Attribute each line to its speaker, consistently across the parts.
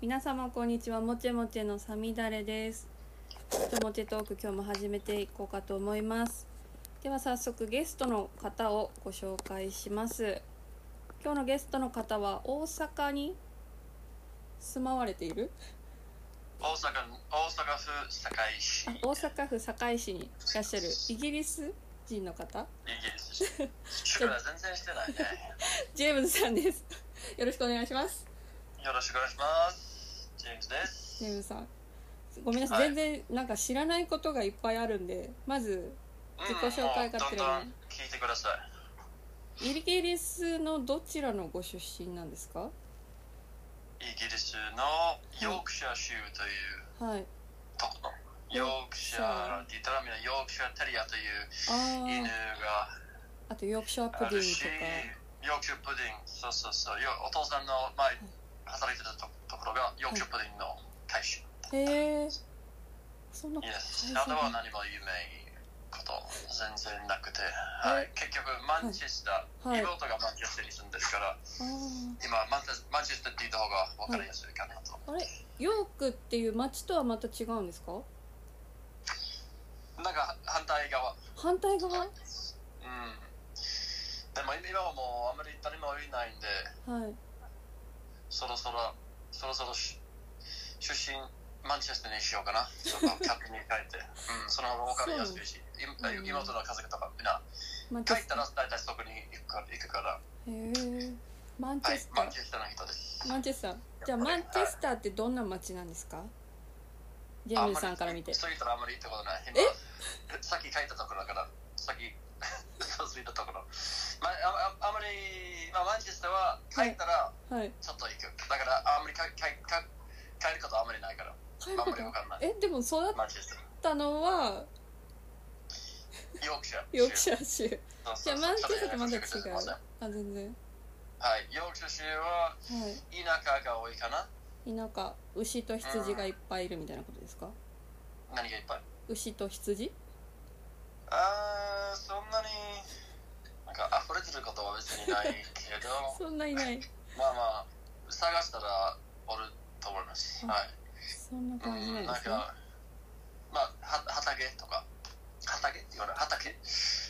Speaker 1: 皆様こんにちはもちもちのさみだれですもちもちトーク今日も始めていこうかと思いますでは早速ゲストの方をご紹介します今日のゲストの方は大阪に住まわれている
Speaker 2: 大阪の大阪府堺市
Speaker 1: あ大阪府堺市にいらっしゃるイギリス人の方
Speaker 2: イギリ ス出身だ全然してないね
Speaker 1: ジェームズさんですよろしくお願いします
Speaker 2: よろしくお願いしますジェームズです
Speaker 1: ジェームズさんごめんなさい、
Speaker 2: は
Speaker 1: 全
Speaker 2: い
Speaker 1: 然なんか知らないことがいっぱいあるんでまず自己紹介が
Speaker 2: うんもう
Speaker 1: て
Speaker 2: どん
Speaker 1: ら
Speaker 2: ど
Speaker 1: ね
Speaker 2: ん聞いてください
Speaker 1: イギリスのどちらのご出身なんですか
Speaker 2: イギリスのヨークシャー州という
Speaker 1: はい
Speaker 2: ところヨークシャーって言ったらみんなヨークシャーテリアという
Speaker 1: あ
Speaker 2: 犬
Speaker 1: あ
Speaker 2: が
Speaker 1: あとヨークシャー
Speaker 2: あ
Speaker 1: プディ
Speaker 2: る
Speaker 1: ング
Speaker 2: しヨークシャープディングそうそうそうよお父さんの前働いてたとところがヨークシャープディングの大使
Speaker 1: とかへえそんな
Speaker 2: Yes.
Speaker 1: 会
Speaker 2: な
Speaker 1: 社
Speaker 2: ど
Speaker 1: が
Speaker 2: は何も有名こと全然なくて、はい、結局マンチェスター、
Speaker 1: はい
Speaker 2: 妹がマンチェスターに住んでるから
Speaker 1: あ
Speaker 2: 今マンチェスマンチェスターって言った方が分かりやすいかなと、
Speaker 1: ーあれヨークっていう町とはまた違うんですか
Speaker 2: なんか反対側
Speaker 1: 反対側は
Speaker 2: うんでも今はもうあんまり誰もいないん
Speaker 1: い
Speaker 2: でそろそろそろそろし出身マンチェスターにしようかなちょっと勝手に書 いて、うん、その方が分かりやすいしい
Speaker 1: うん
Speaker 2: 妹の家族とかみんな
Speaker 1: マンチ
Speaker 2: 帰
Speaker 1: ェ
Speaker 2: っ
Speaker 1: ス
Speaker 2: た
Speaker 1: タ
Speaker 2: ら大体そこに行くから行くから
Speaker 1: ーへえマンチ
Speaker 2: は
Speaker 1: ェ
Speaker 2: い
Speaker 1: スタ
Speaker 2: マン
Speaker 1: ー
Speaker 2: チェスターの人です
Speaker 1: マンチェスターじゃあマンチェスターってどんな町なんですかジェームズさんから見て
Speaker 2: そういう人あんまりいいってことない。
Speaker 1: え
Speaker 2: 今さっき書いたところだから、さっき、 嘘ついたところ。まあ、あああまり、まあ、マンチェスターは書いたら
Speaker 1: はい
Speaker 2: ちょっと行く。だから、あんまり書書書書いることあんまりないから、
Speaker 1: 帰るこ
Speaker 2: あんまり
Speaker 1: と
Speaker 2: わかんない
Speaker 1: えでも育っ
Speaker 2: マンチェスター。
Speaker 1: たのは
Speaker 2: ヨークシャー。
Speaker 1: ヨークシャー州
Speaker 2: そう
Speaker 1: じ
Speaker 2: そ
Speaker 1: ゃあ
Speaker 2: う
Speaker 1: マンチ
Speaker 2: そ
Speaker 1: ェ
Speaker 2: う
Speaker 1: スターとまた違う
Speaker 2: そうそうそう
Speaker 1: あ全然
Speaker 2: はい、ヨークシャー州は
Speaker 1: はい
Speaker 2: 田舎が多いかな。
Speaker 1: 田舎牛と羊がいっぱいいるみたいなことですか
Speaker 2: 何がいっぱい。
Speaker 1: 牛と羊
Speaker 2: あー、そんなに、なんか溢れてることは別にないけど。
Speaker 1: そんないない
Speaker 2: まあまあ探したらおると思います
Speaker 1: あ
Speaker 2: はい
Speaker 1: そんな
Speaker 2: う
Speaker 1: 感じなん
Speaker 2: ん
Speaker 1: で
Speaker 2: なん
Speaker 1: すね
Speaker 2: かまあは畑とか畑って言わない畑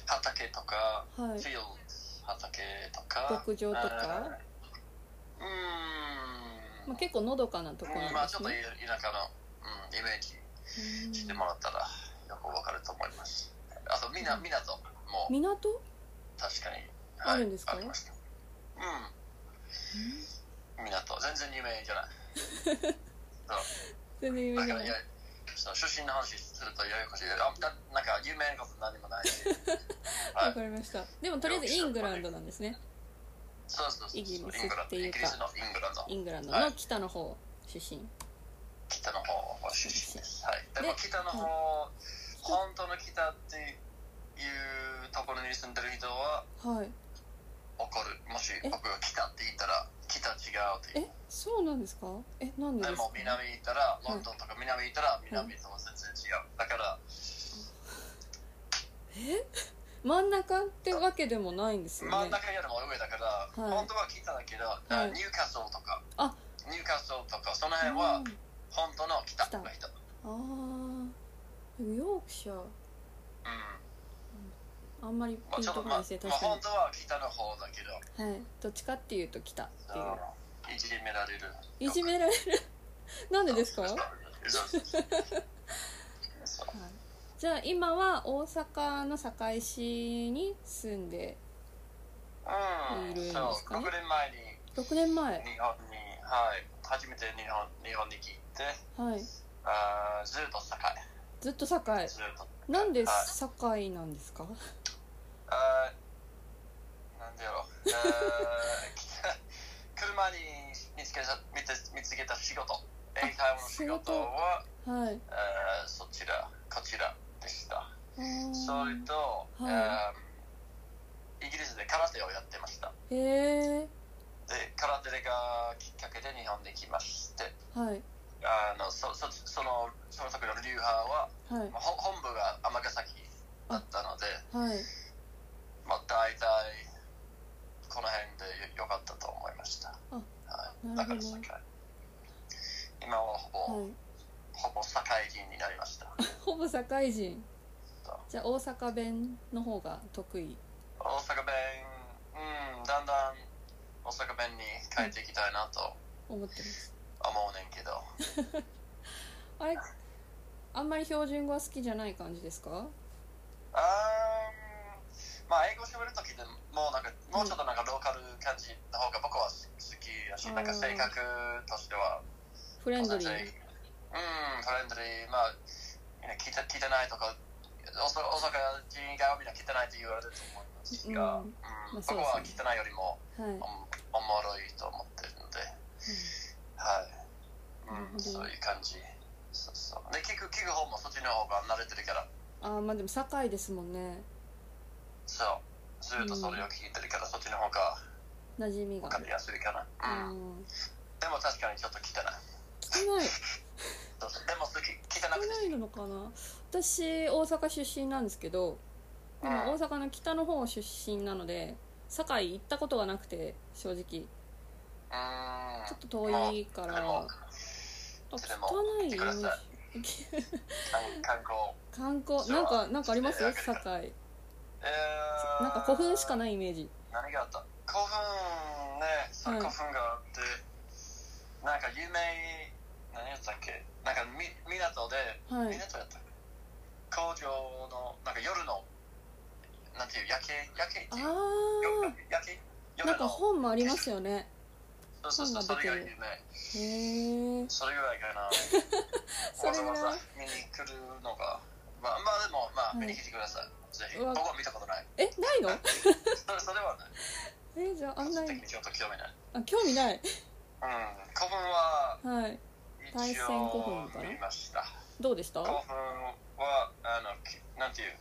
Speaker 2: 畑とか
Speaker 1: は
Speaker 2: フ
Speaker 1: い
Speaker 2: ィールド畑とか
Speaker 1: 牧場とか、
Speaker 2: うん
Speaker 1: まあ、結構のどかなところ
Speaker 2: うん
Speaker 1: な
Speaker 2: ま
Speaker 1: ん
Speaker 2: あ
Speaker 1: で
Speaker 2: ちょ
Speaker 1: す
Speaker 2: っとい
Speaker 1: ね
Speaker 2: 田舎の、うん、イメージしてもらったらよくわかると思いますあとみな
Speaker 1: うん
Speaker 2: 港
Speaker 1: うん
Speaker 2: も
Speaker 1: 港
Speaker 2: 確かに、
Speaker 1: あるんですか
Speaker 2: ありましたうん港全然有名じゃない
Speaker 1: 全然
Speaker 2: だ
Speaker 1: 夢
Speaker 2: か
Speaker 1: が
Speaker 2: ら
Speaker 1: ない
Speaker 2: やその出身の話するとややこしいあだなんか有名なこと何も ないしは
Speaker 1: わ
Speaker 2: い
Speaker 1: かりましたでもとりあえずイングランドなんですね
Speaker 2: そうそうそう
Speaker 1: イギリス
Speaker 2: ングラン
Speaker 1: っ
Speaker 2: ド
Speaker 1: てい
Speaker 2: イ
Speaker 1: うか
Speaker 2: ギリスのイングランド
Speaker 1: イングランドの北の方出身
Speaker 2: 北の方は出身です、はい、で
Speaker 1: で
Speaker 2: も北の方本当の北っていうところに住んでる人は
Speaker 1: はい
Speaker 2: 怒るもし
Speaker 1: え
Speaker 2: 僕が北って言ったら北違うって
Speaker 1: え
Speaker 2: いう
Speaker 1: そうなんですかえなんで
Speaker 2: で
Speaker 1: ですか
Speaker 2: も南行ったらロンドンとか南行ったら南とも全然違うだから
Speaker 1: え真ん中ってわけでもないんですよ
Speaker 2: 真ん
Speaker 1: ね
Speaker 2: 中よりも上だから、
Speaker 1: はい
Speaker 2: 本当は北だけど、
Speaker 1: はい
Speaker 2: ニューカッソルとか
Speaker 1: あ
Speaker 2: ニューカッソルとかその辺
Speaker 1: う
Speaker 2: は
Speaker 1: ん
Speaker 2: 本当の北の人、
Speaker 1: あーでもヨークシャー
Speaker 2: うん
Speaker 1: あんまり
Speaker 2: まあ、
Speaker 1: ピン
Speaker 2: ちょ
Speaker 1: と
Speaker 2: っと
Speaker 1: こ
Speaker 2: ま
Speaker 1: ない
Speaker 2: あ、まあ、
Speaker 1: ですね確かに
Speaker 2: 本当は北の方だけど
Speaker 1: はい、どっちかっていうと来たってい
Speaker 2: いじめられる
Speaker 1: ういじめられるなんでですか、
Speaker 2: そう
Speaker 1: はい、
Speaker 2: そうそうそう
Speaker 1: じゃあ今は大阪の堺市に住んで
Speaker 2: うん
Speaker 1: いるんです
Speaker 2: そ
Speaker 1: かね
Speaker 2: う6年前に
Speaker 1: 6年前
Speaker 2: 日本に、はい、初めて日本日本に来て
Speaker 1: はい
Speaker 2: あーずっと栄
Speaker 1: ずっと堺
Speaker 2: えずっと
Speaker 1: なんで
Speaker 2: はい
Speaker 1: 堺なんですか
Speaker 2: あーなんでやろう、えー車に見つけた見て見つけた仕事英会話の仕事は
Speaker 1: はい
Speaker 2: えーそちらこちらでした
Speaker 1: あー
Speaker 2: それと、
Speaker 1: はい
Speaker 2: えーイギリスで空手をやってました
Speaker 1: へえ
Speaker 2: で空手がきっかけで日本に来まして
Speaker 1: はい
Speaker 2: あのそそそのその時の流派は
Speaker 1: はい
Speaker 2: まあほ本部が尼崎だったので
Speaker 1: はい
Speaker 2: まあ、大体この辺でよよかったと思いました。
Speaker 1: あ
Speaker 2: はい、
Speaker 1: な
Speaker 2: だ
Speaker 1: るほど
Speaker 2: から世界。今はほぼ、
Speaker 1: はい
Speaker 2: ほぼ社会人になりま した。
Speaker 1: ほぼ社会人
Speaker 2: そう
Speaker 1: じゃあ大阪弁の方が得意
Speaker 2: 大阪弁、うん、だんだん大阪弁に変えていきたいなと
Speaker 1: 思ってます
Speaker 2: 思うねんけど、
Speaker 1: あれあんまり標準語は好きじゃない感じですか
Speaker 2: あーんまあ英語喋るときでもうなんかもうちょっとなんかローカル感じの方が僕は好きやし、
Speaker 1: うん
Speaker 2: なんか性格としては
Speaker 1: フレンドリ
Speaker 2: 同
Speaker 1: ー
Speaker 2: じうん、フレンドリー、まあ、みんな聞いて聞いてないとか、大阪大阪人がみんな聞いてないと言われると思いますが、
Speaker 1: う
Speaker 2: うんん
Speaker 1: まあ
Speaker 2: 僕
Speaker 1: そう
Speaker 2: は
Speaker 1: ですね
Speaker 2: 聞いてないよりも
Speaker 1: はい、
Speaker 2: おもおもろいと思ってるので、はい、
Speaker 1: なるほ
Speaker 2: う
Speaker 1: ど
Speaker 2: ん、そういう感じ。そうそうで聞く聞く方もそっちの方が慣れてるから
Speaker 1: ああまあでも堺ですもんね
Speaker 2: そうずっとそれを聞いてるから、そっちの方が
Speaker 1: 馴染みが
Speaker 2: 分かりやすいかな、うん
Speaker 1: うん
Speaker 2: でも確かにちょっと汚い
Speaker 1: 汚い
Speaker 2: そうそうでも好き汚くて
Speaker 1: 汚いのかな私大阪出身なんですけどでも
Speaker 2: うん
Speaker 1: 大阪の北の方出身なので堺行ったことがなくて正直ち
Speaker 2: うーん
Speaker 1: ょっと遠いか
Speaker 2: で
Speaker 1: ら
Speaker 2: も
Speaker 1: 汚
Speaker 2: それも
Speaker 1: いイメージ
Speaker 2: それも行観観光
Speaker 1: 観光なんかなんかあります
Speaker 2: そう
Speaker 1: 堺
Speaker 2: えー
Speaker 1: なんか古墳しかないイメージ
Speaker 2: 何があった古墳ねそう
Speaker 1: はい
Speaker 2: 古墳があって、なんか有名何やったっけなんかみ港で、
Speaker 1: はい
Speaker 2: 港やったっけ工場のなんか夜のなんていう夜景夜景って
Speaker 1: あ
Speaker 2: いう夜夜景
Speaker 1: ー
Speaker 2: 夜
Speaker 1: なんか
Speaker 2: の
Speaker 1: 本もありますよね
Speaker 2: そうそうそうそ
Speaker 1: 本が
Speaker 2: れ
Speaker 1: 出
Speaker 2: が
Speaker 1: て
Speaker 2: 有
Speaker 1: るへえ
Speaker 2: 名それぐらいかな
Speaker 1: それ
Speaker 2: わざ
Speaker 1: ぐらい
Speaker 2: わざ見に来るのがまあまあでもま
Speaker 1: は
Speaker 2: あ、
Speaker 1: い
Speaker 2: 見に来てくださいぜひ
Speaker 1: うわ
Speaker 2: 僕は見たことない
Speaker 1: えないの
Speaker 2: それそれはない
Speaker 1: えじゃああんな
Speaker 2: 個人
Speaker 1: に
Speaker 2: 的にちょっと興味ない
Speaker 1: あ興味ない
Speaker 2: うん古墳は
Speaker 1: はい
Speaker 2: 一
Speaker 1: 大山古墳
Speaker 2: 応
Speaker 1: かな
Speaker 2: 見ました
Speaker 1: どうでした
Speaker 2: 古墳はあのきなんていう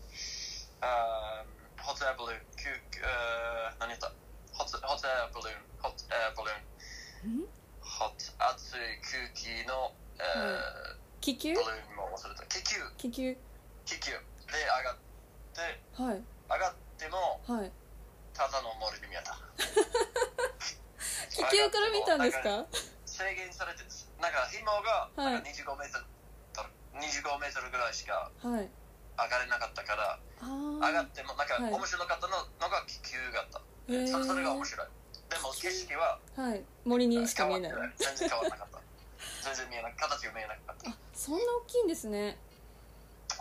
Speaker 2: あーホットエアブルーンきゅあー何言ったホットホットエアブルーンホットエアブルーン
Speaker 1: ん
Speaker 2: ホット熱い空気の、えー
Speaker 1: 気球
Speaker 2: ブルーンも忘れた気球
Speaker 1: 気球
Speaker 2: 気球で上がって
Speaker 1: はい
Speaker 2: 上がっても
Speaker 1: はい
Speaker 2: ただの森に見え た
Speaker 1: 気球から見たんです
Speaker 2: 上がってもなん
Speaker 1: か
Speaker 2: 制限されてるんですなんか紐が
Speaker 1: はい
Speaker 2: なんか25メートル、25メートルぐらいしか
Speaker 1: はい
Speaker 2: 上がれなかったから
Speaker 1: あ
Speaker 2: 上が
Speaker 1: あ
Speaker 2: ってもなんか
Speaker 1: はい
Speaker 2: 面白かったの,、のが気球だった、
Speaker 1: へえ
Speaker 2: そそれが面白いでも
Speaker 1: 気球
Speaker 2: 景色は
Speaker 1: はい森にしか
Speaker 2: 変
Speaker 1: 見
Speaker 2: わ
Speaker 1: え
Speaker 2: って
Speaker 1: ない
Speaker 2: ない全然変わらなかった全然見えなかった形が見えなかった
Speaker 1: あそんな大きいんですね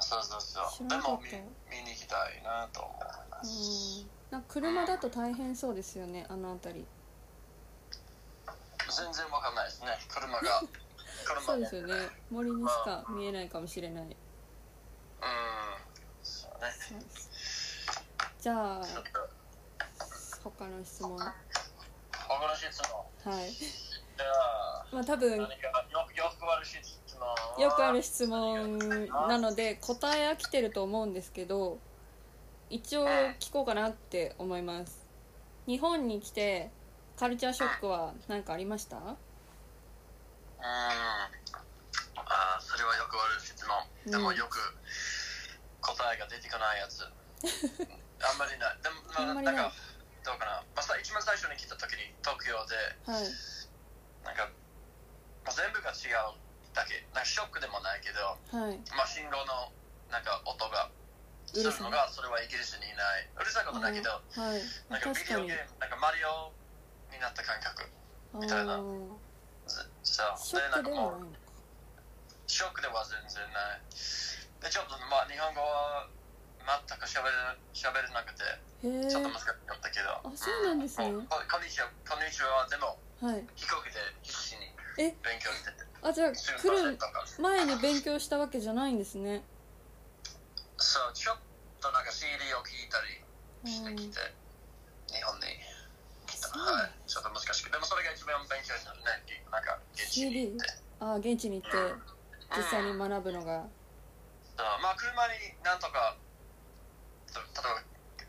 Speaker 2: そうそうそ
Speaker 1: 知
Speaker 2: う
Speaker 1: ら
Speaker 2: で
Speaker 1: なか
Speaker 2: も
Speaker 1: っ
Speaker 2: 見
Speaker 1: た
Speaker 2: 見に行きたいなと思いま
Speaker 1: う
Speaker 2: す、
Speaker 1: んなんか車だと大変そうですよねあの辺り
Speaker 2: 全然わかんないですね 車が車
Speaker 1: そうです
Speaker 2: う
Speaker 1: よね森にしか見えないかもしれない
Speaker 2: んそうね
Speaker 1: そうですじゃあ
Speaker 2: ちょっと
Speaker 1: 他の質問は
Speaker 2: 他の質問
Speaker 1: い
Speaker 2: じゃあ
Speaker 1: まあ多分
Speaker 2: 何かよよくある質問は
Speaker 1: よくある質問なので答え飽きてると思うんですけど一応聞こうかなって思います日本に来てカルチャーショックは何かありました
Speaker 2: うーんあーそれはよく悪い質問、
Speaker 1: うん
Speaker 2: でもよく答えが出てこない やつあんまりないでも、
Speaker 1: あ
Speaker 2: ま
Speaker 1: んま
Speaker 2: あ、
Speaker 1: り
Speaker 2: なん
Speaker 1: ない
Speaker 2: かどうかな、まあ、さ一番最初に来た時に東京で
Speaker 1: はい
Speaker 2: なんか、まあ、全部が違うだけなんかショックでもないけど、
Speaker 1: はい
Speaker 2: まあ、信号のなんか音が
Speaker 1: う
Speaker 2: す
Speaker 1: る
Speaker 2: る
Speaker 1: さい
Speaker 2: のがそれはイギリスにいないうるさいことないけど
Speaker 1: はい
Speaker 2: なんか
Speaker 1: 確
Speaker 2: ビデ
Speaker 1: か
Speaker 2: オ
Speaker 1: に
Speaker 2: ゲームなんかマリオになった感覚
Speaker 1: あ
Speaker 2: みたいな
Speaker 1: ー
Speaker 2: ずそう
Speaker 1: ショックではないのか
Speaker 2: ショックでは全然ない。で、ちょっとまあ日本語は全く喋れ喋れなくて、
Speaker 1: へえ
Speaker 2: ちょっと難しかったけど。
Speaker 1: あそうなんですね
Speaker 2: もうここんにちは、こんにちは、でも
Speaker 1: はい
Speaker 2: 飛行機で必死に
Speaker 1: え
Speaker 2: 勉強してて、
Speaker 1: あじゃあ
Speaker 2: 中
Speaker 1: 来
Speaker 2: 学
Speaker 1: る
Speaker 2: とか。
Speaker 1: 前に勉強したわけじゃないんですね
Speaker 2: そう、ちょっとなんか CD を聞いたり
Speaker 1: うん
Speaker 2: してきて、日本に来た。
Speaker 1: そう
Speaker 2: はい、ちょっと難しくて、でもそれが一番勉強になるね、なんか現地に行って。
Speaker 1: あー現地に行って実際に学ぶのが
Speaker 2: そうまあ車になんとかそう例えば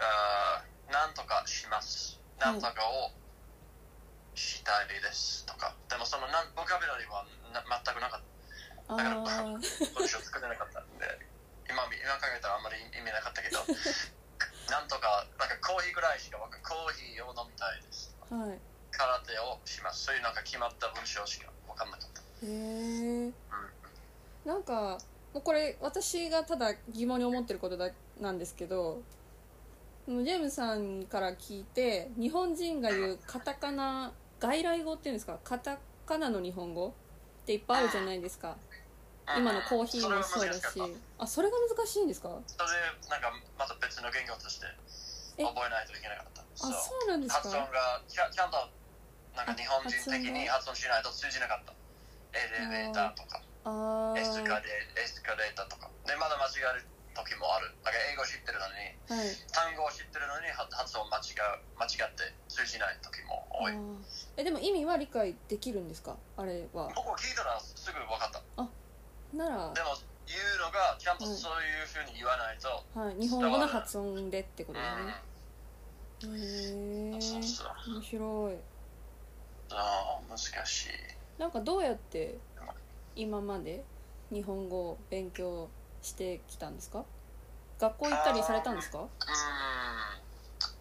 Speaker 2: あーなんとかします
Speaker 1: は
Speaker 2: ないんとかをしたいですとか、でもそのなんボキャブラリーはな全くなかった
Speaker 1: ああ
Speaker 2: 文章作れなかったんで今み今考えたらあんまり意味なかったけど なんとかなんかコーヒーぐらいしかわかんコーヒーを飲みたいです
Speaker 1: はい
Speaker 2: 空手をしますそういうなんか決まった文章しか分かんなかった
Speaker 1: へえ
Speaker 2: うん
Speaker 1: なんかもうこれ私がただ疑問に思ってることだなんですけどジェームさんから聞いて日本人が言うカタカナ外来語っていうんですかカタカナの日本語っていっぱいあるじゃないですか今のコーヒーもそうだし
Speaker 2: それは難かっ
Speaker 1: あそれが難しいんですか
Speaker 2: たそれなんかまた別の言語として
Speaker 1: え
Speaker 2: 覚えないといけなかった
Speaker 1: あ
Speaker 2: そう
Speaker 1: そうなんです
Speaker 2: 発音
Speaker 1: か
Speaker 2: がちゃちゃんとなんか日本人的に
Speaker 1: あ
Speaker 2: 発音しないと通じなかったエレベーターとか
Speaker 1: あ
Speaker 2: エス
Speaker 1: ー
Speaker 2: カレエスカレーターとかでまだ間違える時もあるなんか英語知ってるのに
Speaker 1: はい
Speaker 2: 単語を知ってるのには発音間違う間違って通じない時も
Speaker 1: あ
Speaker 2: 多い
Speaker 1: ーえでも意味は理解できるんですかあれは
Speaker 2: 僕は聞いたらすぐ分かった
Speaker 1: なら
Speaker 2: でも言うのがちゃんと
Speaker 1: うん
Speaker 2: そういうふうに言わないと、
Speaker 1: はい、日本語の発音でってこと
Speaker 2: う
Speaker 1: だねへえ
Speaker 2: ん、そうそう
Speaker 1: 面白い
Speaker 2: あー難しい
Speaker 1: なんかどうやって今まで日本語を勉強してきたんですか学校行ったりされたんですか
Speaker 2: うん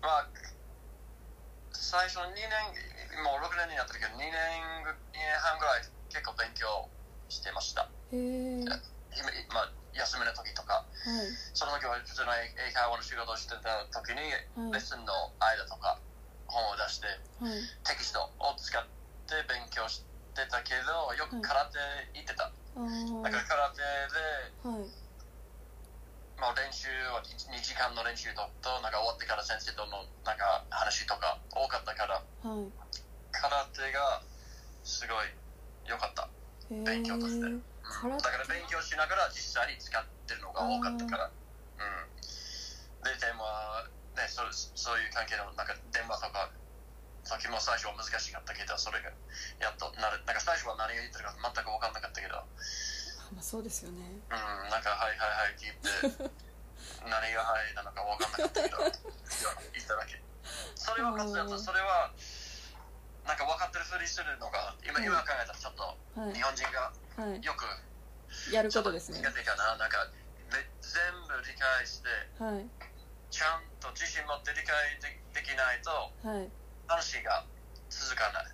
Speaker 2: まあ最初2年もう6年になったけど2年ぐ2年半ぐらい結構勉強してました
Speaker 1: へえはい
Speaker 2: 今まあ休みの時とかその時は普通の英英会話の仕事をしてた時に
Speaker 1: はい
Speaker 2: レッスンの間とか本を出して
Speaker 1: はい
Speaker 2: テキストを使って勉強してたけどよく空手行ってた、
Speaker 1: あー
Speaker 2: だから空手で
Speaker 1: はい
Speaker 2: まあ、練習は2時間の練習ととなんか終わってから先生とのなんか話とか多かったか
Speaker 1: は
Speaker 2: ら
Speaker 1: い
Speaker 2: 空手がすごい良かった、
Speaker 1: へえ
Speaker 2: 勉強としてうん
Speaker 1: 空手
Speaker 2: だから勉強しながら実際に使ってるのが多かったからうんで電話ねそそういう関係のなんか電話とか時も最初は難しかったけどそれがやっとなるなんか最初は何が言ってるか全く分かんなかったけど
Speaker 1: あまあそうですよね
Speaker 2: うんなんか「はいはいはい」って言って 何が「はい」なのか分かんなかったけど言っただけそれはかつだとそれはなんか分かってるふりするのが今
Speaker 1: うん
Speaker 2: 今考えたらちょっと
Speaker 1: は
Speaker 2: 日本人が
Speaker 1: いはい
Speaker 2: よく
Speaker 1: やる
Speaker 2: ちょ
Speaker 1: こ
Speaker 2: っと
Speaker 1: と
Speaker 2: 苦
Speaker 1: です
Speaker 2: 手
Speaker 1: ね
Speaker 2: かななんかめ全部理解して
Speaker 1: はい
Speaker 2: ちゃんと自信持って理解でできないと
Speaker 1: はい
Speaker 2: 話が続かない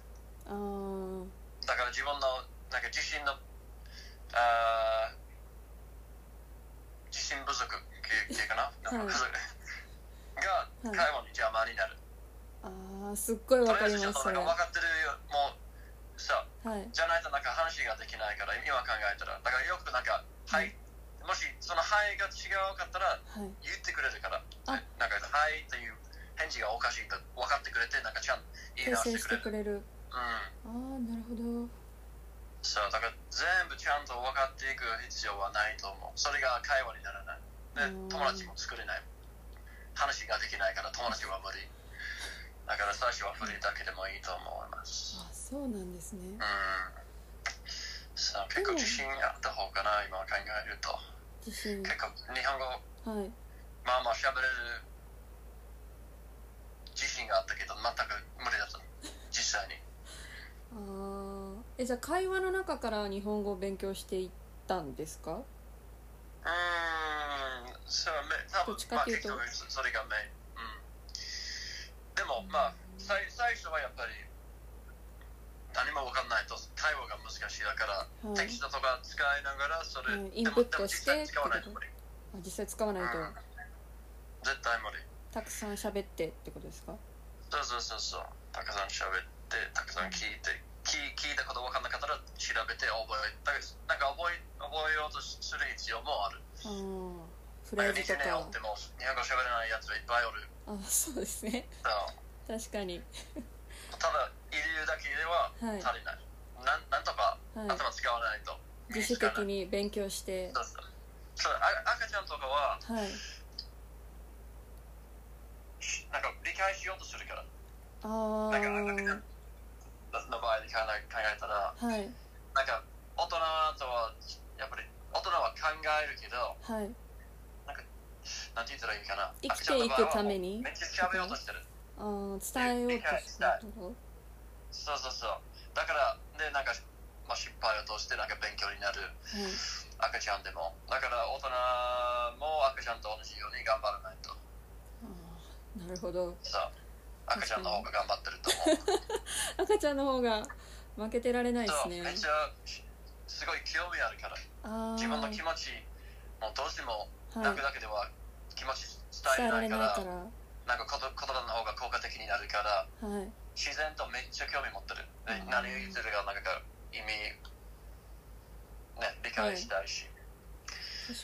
Speaker 1: あー
Speaker 2: だから自分のなんか自信のあー自信不足っていうっていうかななんか不足が
Speaker 1: はい
Speaker 2: 会話に邪魔になる。
Speaker 1: あーすっごいわかり
Speaker 2: ちょ
Speaker 1: ま
Speaker 2: っ
Speaker 1: す
Speaker 2: と
Speaker 1: そ
Speaker 2: な
Speaker 1: れ
Speaker 2: んか
Speaker 1: は
Speaker 2: 分かってるよもうさ
Speaker 1: い
Speaker 2: じゃないとなんか話ができないから今考えたらだからよくなんか「はい」もしその「はい」が違うかった
Speaker 1: は
Speaker 2: ら
Speaker 1: い
Speaker 2: 言ってくれるから
Speaker 1: あ
Speaker 2: 「なんかはい」っていう返事がおかしいと分かってくれてなんかちゃんと言い
Speaker 1: 訂
Speaker 2: 直
Speaker 1: 正
Speaker 2: して
Speaker 1: し
Speaker 2: くれ
Speaker 1: てくれ
Speaker 2: る。
Speaker 1: る
Speaker 2: う
Speaker 1: あ
Speaker 2: ん
Speaker 1: あなるほど
Speaker 2: そうだから全部ちゃんと分かっていく必要はないと思うそれが会話にならないで
Speaker 1: うん
Speaker 2: 友達も作れない話ができないから友達は無理だから最初はフリーだけでもいいと思います
Speaker 1: あそうなんですね
Speaker 2: うんそう結構自信あった方かな今考えると
Speaker 1: 自信
Speaker 2: 結構日本語
Speaker 1: はい
Speaker 2: まあまあ喋れる自信があったけど全く無理だった実際に
Speaker 1: あーえじゃあ会話の中から日本語を勉強していったんですか
Speaker 2: うーん、そう、め多分
Speaker 1: どっちかっていうと
Speaker 2: まあ、結局そそれがメイン。うん。でも、まあ、最最初はやっぱり、何も分かんないと会話が難しいだから、
Speaker 1: はい
Speaker 2: テキストとか使いながら、それ、
Speaker 1: はい
Speaker 2: で
Speaker 1: イン
Speaker 2: も
Speaker 1: プットして
Speaker 2: でも実際使わないと無理。
Speaker 1: あ実際使わないと
Speaker 2: うん絶対無理。
Speaker 1: たくさん喋ってってことですか
Speaker 2: そうそうそうそう。たくさん喋って、たくさん聞いて、聞聞いたこと分かんなかったら調べて覚え、だからなんか覚え覚えようとする必要もある。
Speaker 1: あーフレ
Speaker 2: なん
Speaker 1: ー
Speaker 2: か
Speaker 1: ズと
Speaker 2: 20年お
Speaker 1: か
Speaker 2: っても日本語喋れないやついっぱいおる。
Speaker 1: あそうですね
Speaker 2: そう
Speaker 1: 確かに
Speaker 2: ただ入れるだけでは
Speaker 1: はい
Speaker 2: 足りない、なんなんとか
Speaker 1: はい
Speaker 2: 頭使わないと、
Speaker 1: 自主的に勉強して
Speaker 2: そうそうそうあ赤ちゃんとかは
Speaker 1: はい
Speaker 2: なんか理解しようとするから
Speaker 1: あ
Speaker 2: なんか赤ちゃ
Speaker 1: ー
Speaker 2: んの場合で考え考えたら
Speaker 1: はい
Speaker 2: なんか大人とはやっぱり大人は考えるけど
Speaker 1: はい
Speaker 2: なんて言ったらいいかな
Speaker 1: 生きていくために
Speaker 2: 赤ちゃんの場合はもうめっちゃ喋ようとしてる
Speaker 1: あー伝えようとすると
Speaker 2: そうそうそうだからでなんか、まあ、失敗を通してなんか勉強になる赤ちゃんでもだから大人も赤ちゃんと同じように頑張らないと
Speaker 1: はいあーなるほど
Speaker 2: そう赤ちゃんの方が頑張ってると思う
Speaker 1: 赤ちゃんの方が負けてられないで
Speaker 2: そ
Speaker 1: す
Speaker 2: う
Speaker 1: ね
Speaker 2: め っちゃすごい興味あるから
Speaker 1: あ
Speaker 2: 自分の気
Speaker 1: ー
Speaker 2: 持ちもうどうしても
Speaker 1: は
Speaker 2: 泣
Speaker 1: い
Speaker 2: くだけでは気持ち
Speaker 1: 伝
Speaker 2: 伝
Speaker 1: えら
Speaker 2: えら
Speaker 1: れ
Speaker 2: れ
Speaker 1: な
Speaker 2: ないい
Speaker 1: か
Speaker 2: から
Speaker 1: ら
Speaker 2: なんか言言葉の方が効果的になるから
Speaker 1: はい
Speaker 2: 自然とめっちゃ興味持ってるで
Speaker 1: うん
Speaker 2: 何言ってるかなんか意味ね理解したいし、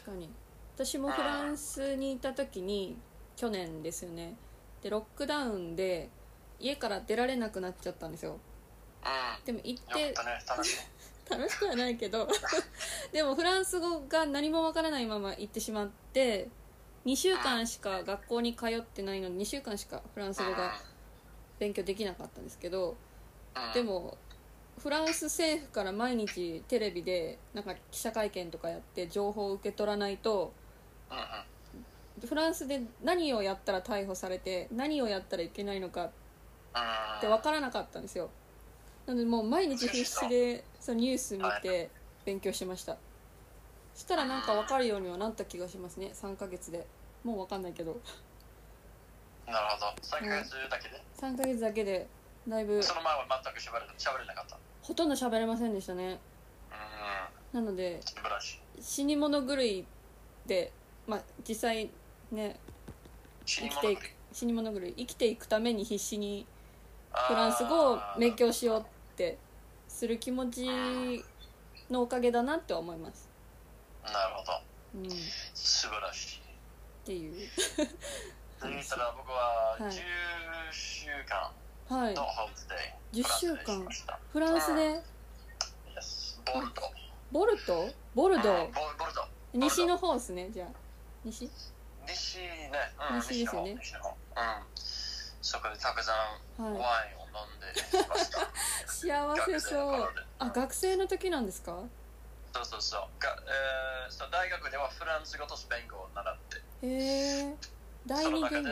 Speaker 1: 確かに私もフランスにいた時に去年ですよねでロックダウンで家から出られなくなっちゃったんですよでも行っ
Speaker 2: うんよ
Speaker 1: て
Speaker 2: かったね楽しい
Speaker 1: 楽しくはないけ どでもフランス語が何もわからないまま行ってしまって2週間しか学校に通ってないのに2週間しかフランス語が勉強できなかったんですけど
Speaker 2: うん
Speaker 1: でもフランス政府から毎日テレビでなんか記者会見とかやって情報を受け取らないと
Speaker 2: うんうん
Speaker 1: フランスで何をやったら逮捕されて何をやったらいけないのか
Speaker 2: うん
Speaker 1: って分からなかったんですよなのでもう毎日必死でそのニュース見て勉強しましたしたらなんか分かるようにはなった気がしますね3ヶ月でもう分かんないけど
Speaker 2: なるほど3ヶ月だけで、
Speaker 1: 3ヶ月だけでだいぶ
Speaker 2: その前は全くしゃべれしゃべれなかった
Speaker 1: ほとんど喋れませんでしたね
Speaker 2: うん
Speaker 1: なので
Speaker 2: 素晴らしい
Speaker 1: 死に物狂いでまあ実際ね
Speaker 2: 死
Speaker 1: 生
Speaker 2: に
Speaker 1: きて
Speaker 2: 物
Speaker 1: い
Speaker 2: 狂
Speaker 1: く
Speaker 2: い
Speaker 1: 死に物狂い生きていくために必死に
Speaker 2: あー
Speaker 1: フランス語を勉強しようってする気持ちのおかげだなって思います、
Speaker 2: なるほど
Speaker 1: うん、っ
Speaker 2: 素晴らしい
Speaker 1: ていう
Speaker 2: それしたら僕は
Speaker 1: はい
Speaker 2: 10週間
Speaker 1: はい
Speaker 2: のホームステイ、
Speaker 1: 10週間
Speaker 2: フランスでしました
Speaker 1: フランスで
Speaker 2: Yes ボルド
Speaker 1: ボルトボル
Speaker 2: うん
Speaker 1: ド
Speaker 2: ボボルド
Speaker 1: 西の方ですねじゃあ西
Speaker 2: 西ね、うん、
Speaker 1: 西ですよね
Speaker 2: 西の方西の方うんそこでたくさんワイン
Speaker 1: は
Speaker 2: を飲んできました、
Speaker 1: い幸せ
Speaker 2: 学生の
Speaker 1: そう
Speaker 2: 頃で
Speaker 1: あ学生の時なんですか
Speaker 2: そうそうそうが、えー、そう大学ではフランス語とスペイン語を習って
Speaker 1: へえ第二言語的な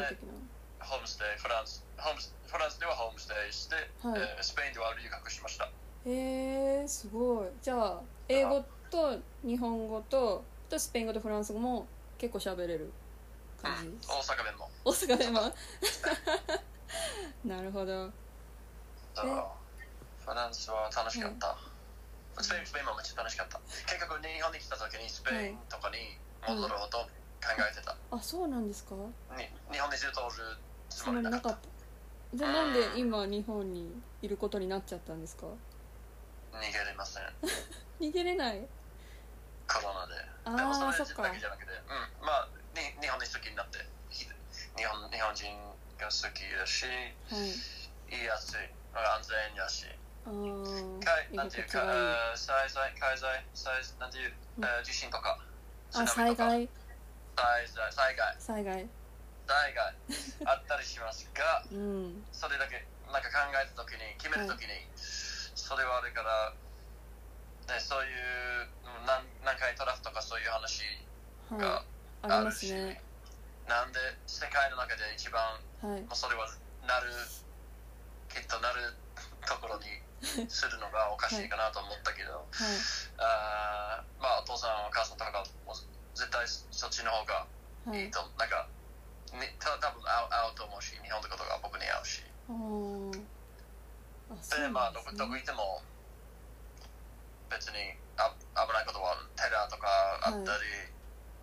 Speaker 2: ホームステイフランスホームスフランスではホームステイして、
Speaker 1: はい
Speaker 2: えースペインでは留学しました
Speaker 1: へえすごいじゃあ英語と日本語ととスペイン語とフランス語も結構喋れる
Speaker 2: うん
Speaker 1: 感じです
Speaker 2: 大阪弁も
Speaker 1: お疲れ様 なるほど
Speaker 2: だからフランスは楽しかった、
Speaker 1: い
Speaker 2: スペインスペインもめっちゃ楽しかった結局日本に来た時にスペインとかに戻ろうと考えてた、
Speaker 1: あそうなんですか
Speaker 2: に日本にずっとおるつ
Speaker 1: つ
Speaker 2: も
Speaker 1: ま
Speaker 2: り
Speaker 1: り
Speaker 2: な
Speaker 1: な
Speaker 2: かった
Speaker 1: かったじゃあなんで今日本にいることになっちゃったんですか
Speaker 2: 逃げれません
Speaker 1: 逃げれない
Speaker 2: コロナで
Speaker 1: あー
Speaker 2: でもそれ
Speaker 1: そっか
Speaker 2: だけじゃなくてうんまあに日本に好きになってひ日本日本人が好きだし
Speaker 1: はい
Speaker 2: 言いやすい安全やし
Speaker 1: あー
Speaker 2: かい
Speaker 1: 居
Speaker 2: なん
Speaker 1: 心
Speaker 2: ていう
Speaker 1: 地
Speaker 2: か、
Speaker 1: がいい
Speaker 2: えー災害、海災、災なんていう、
Speaker 1: うん
Speaker 2: えー地震とか、
Speaker 1: あ
Speaker 2: 津波
Speaker 1: 災
Speaker 2: とか
Speaker 1: 害
Speaker 2: 災害、災害、
Speaker 1: 災害
Speaker 2: 災害あったりしますが、
Speaker 1: うん
Speaker 2: それだけ、なんか考えたときに、決めるときに、それはあれから、ね、そういう、うん何何回トラフとかそういう話
Speaker 1: は
Speaker 2: が
Speaker 1: いあ
Speaker 2: あ
Speaker 1: りま
Speaker 2: る
Speaker 1: す
Speaker 2: し、
Speaker 1: ね
Speaker 2: なんで世界の中で一番、
Speaker 1: はい
Speaker 2: もうそれはなる、きっとなるところにするのがおかしいかなと思ったけど、
Speaker 1: はい
Speaker 2: あーまあお父さんお母さんとかも絶対そっちの方が
Speaker 1: はい
Speaker 2: い
Speaker 1: い
Speaker 2: いと、なんかねた多分合う合うと思うし日本のことが僕に合うし
Speaker 1: あーあそ
Speaker 2: そ
Speaker 1: う
Speaker 2: れでま
Speaker 1: な
Speaker 2: あ
Speaker 1: ん
Speaker 2: ど
Speaker 1: で
Speaker 2: こ
Speaker 1: す
Speaker 2: どこ
Speaker 1: ね
Speaker 2: 行っても別にあ危ないことはテラーとかあったり、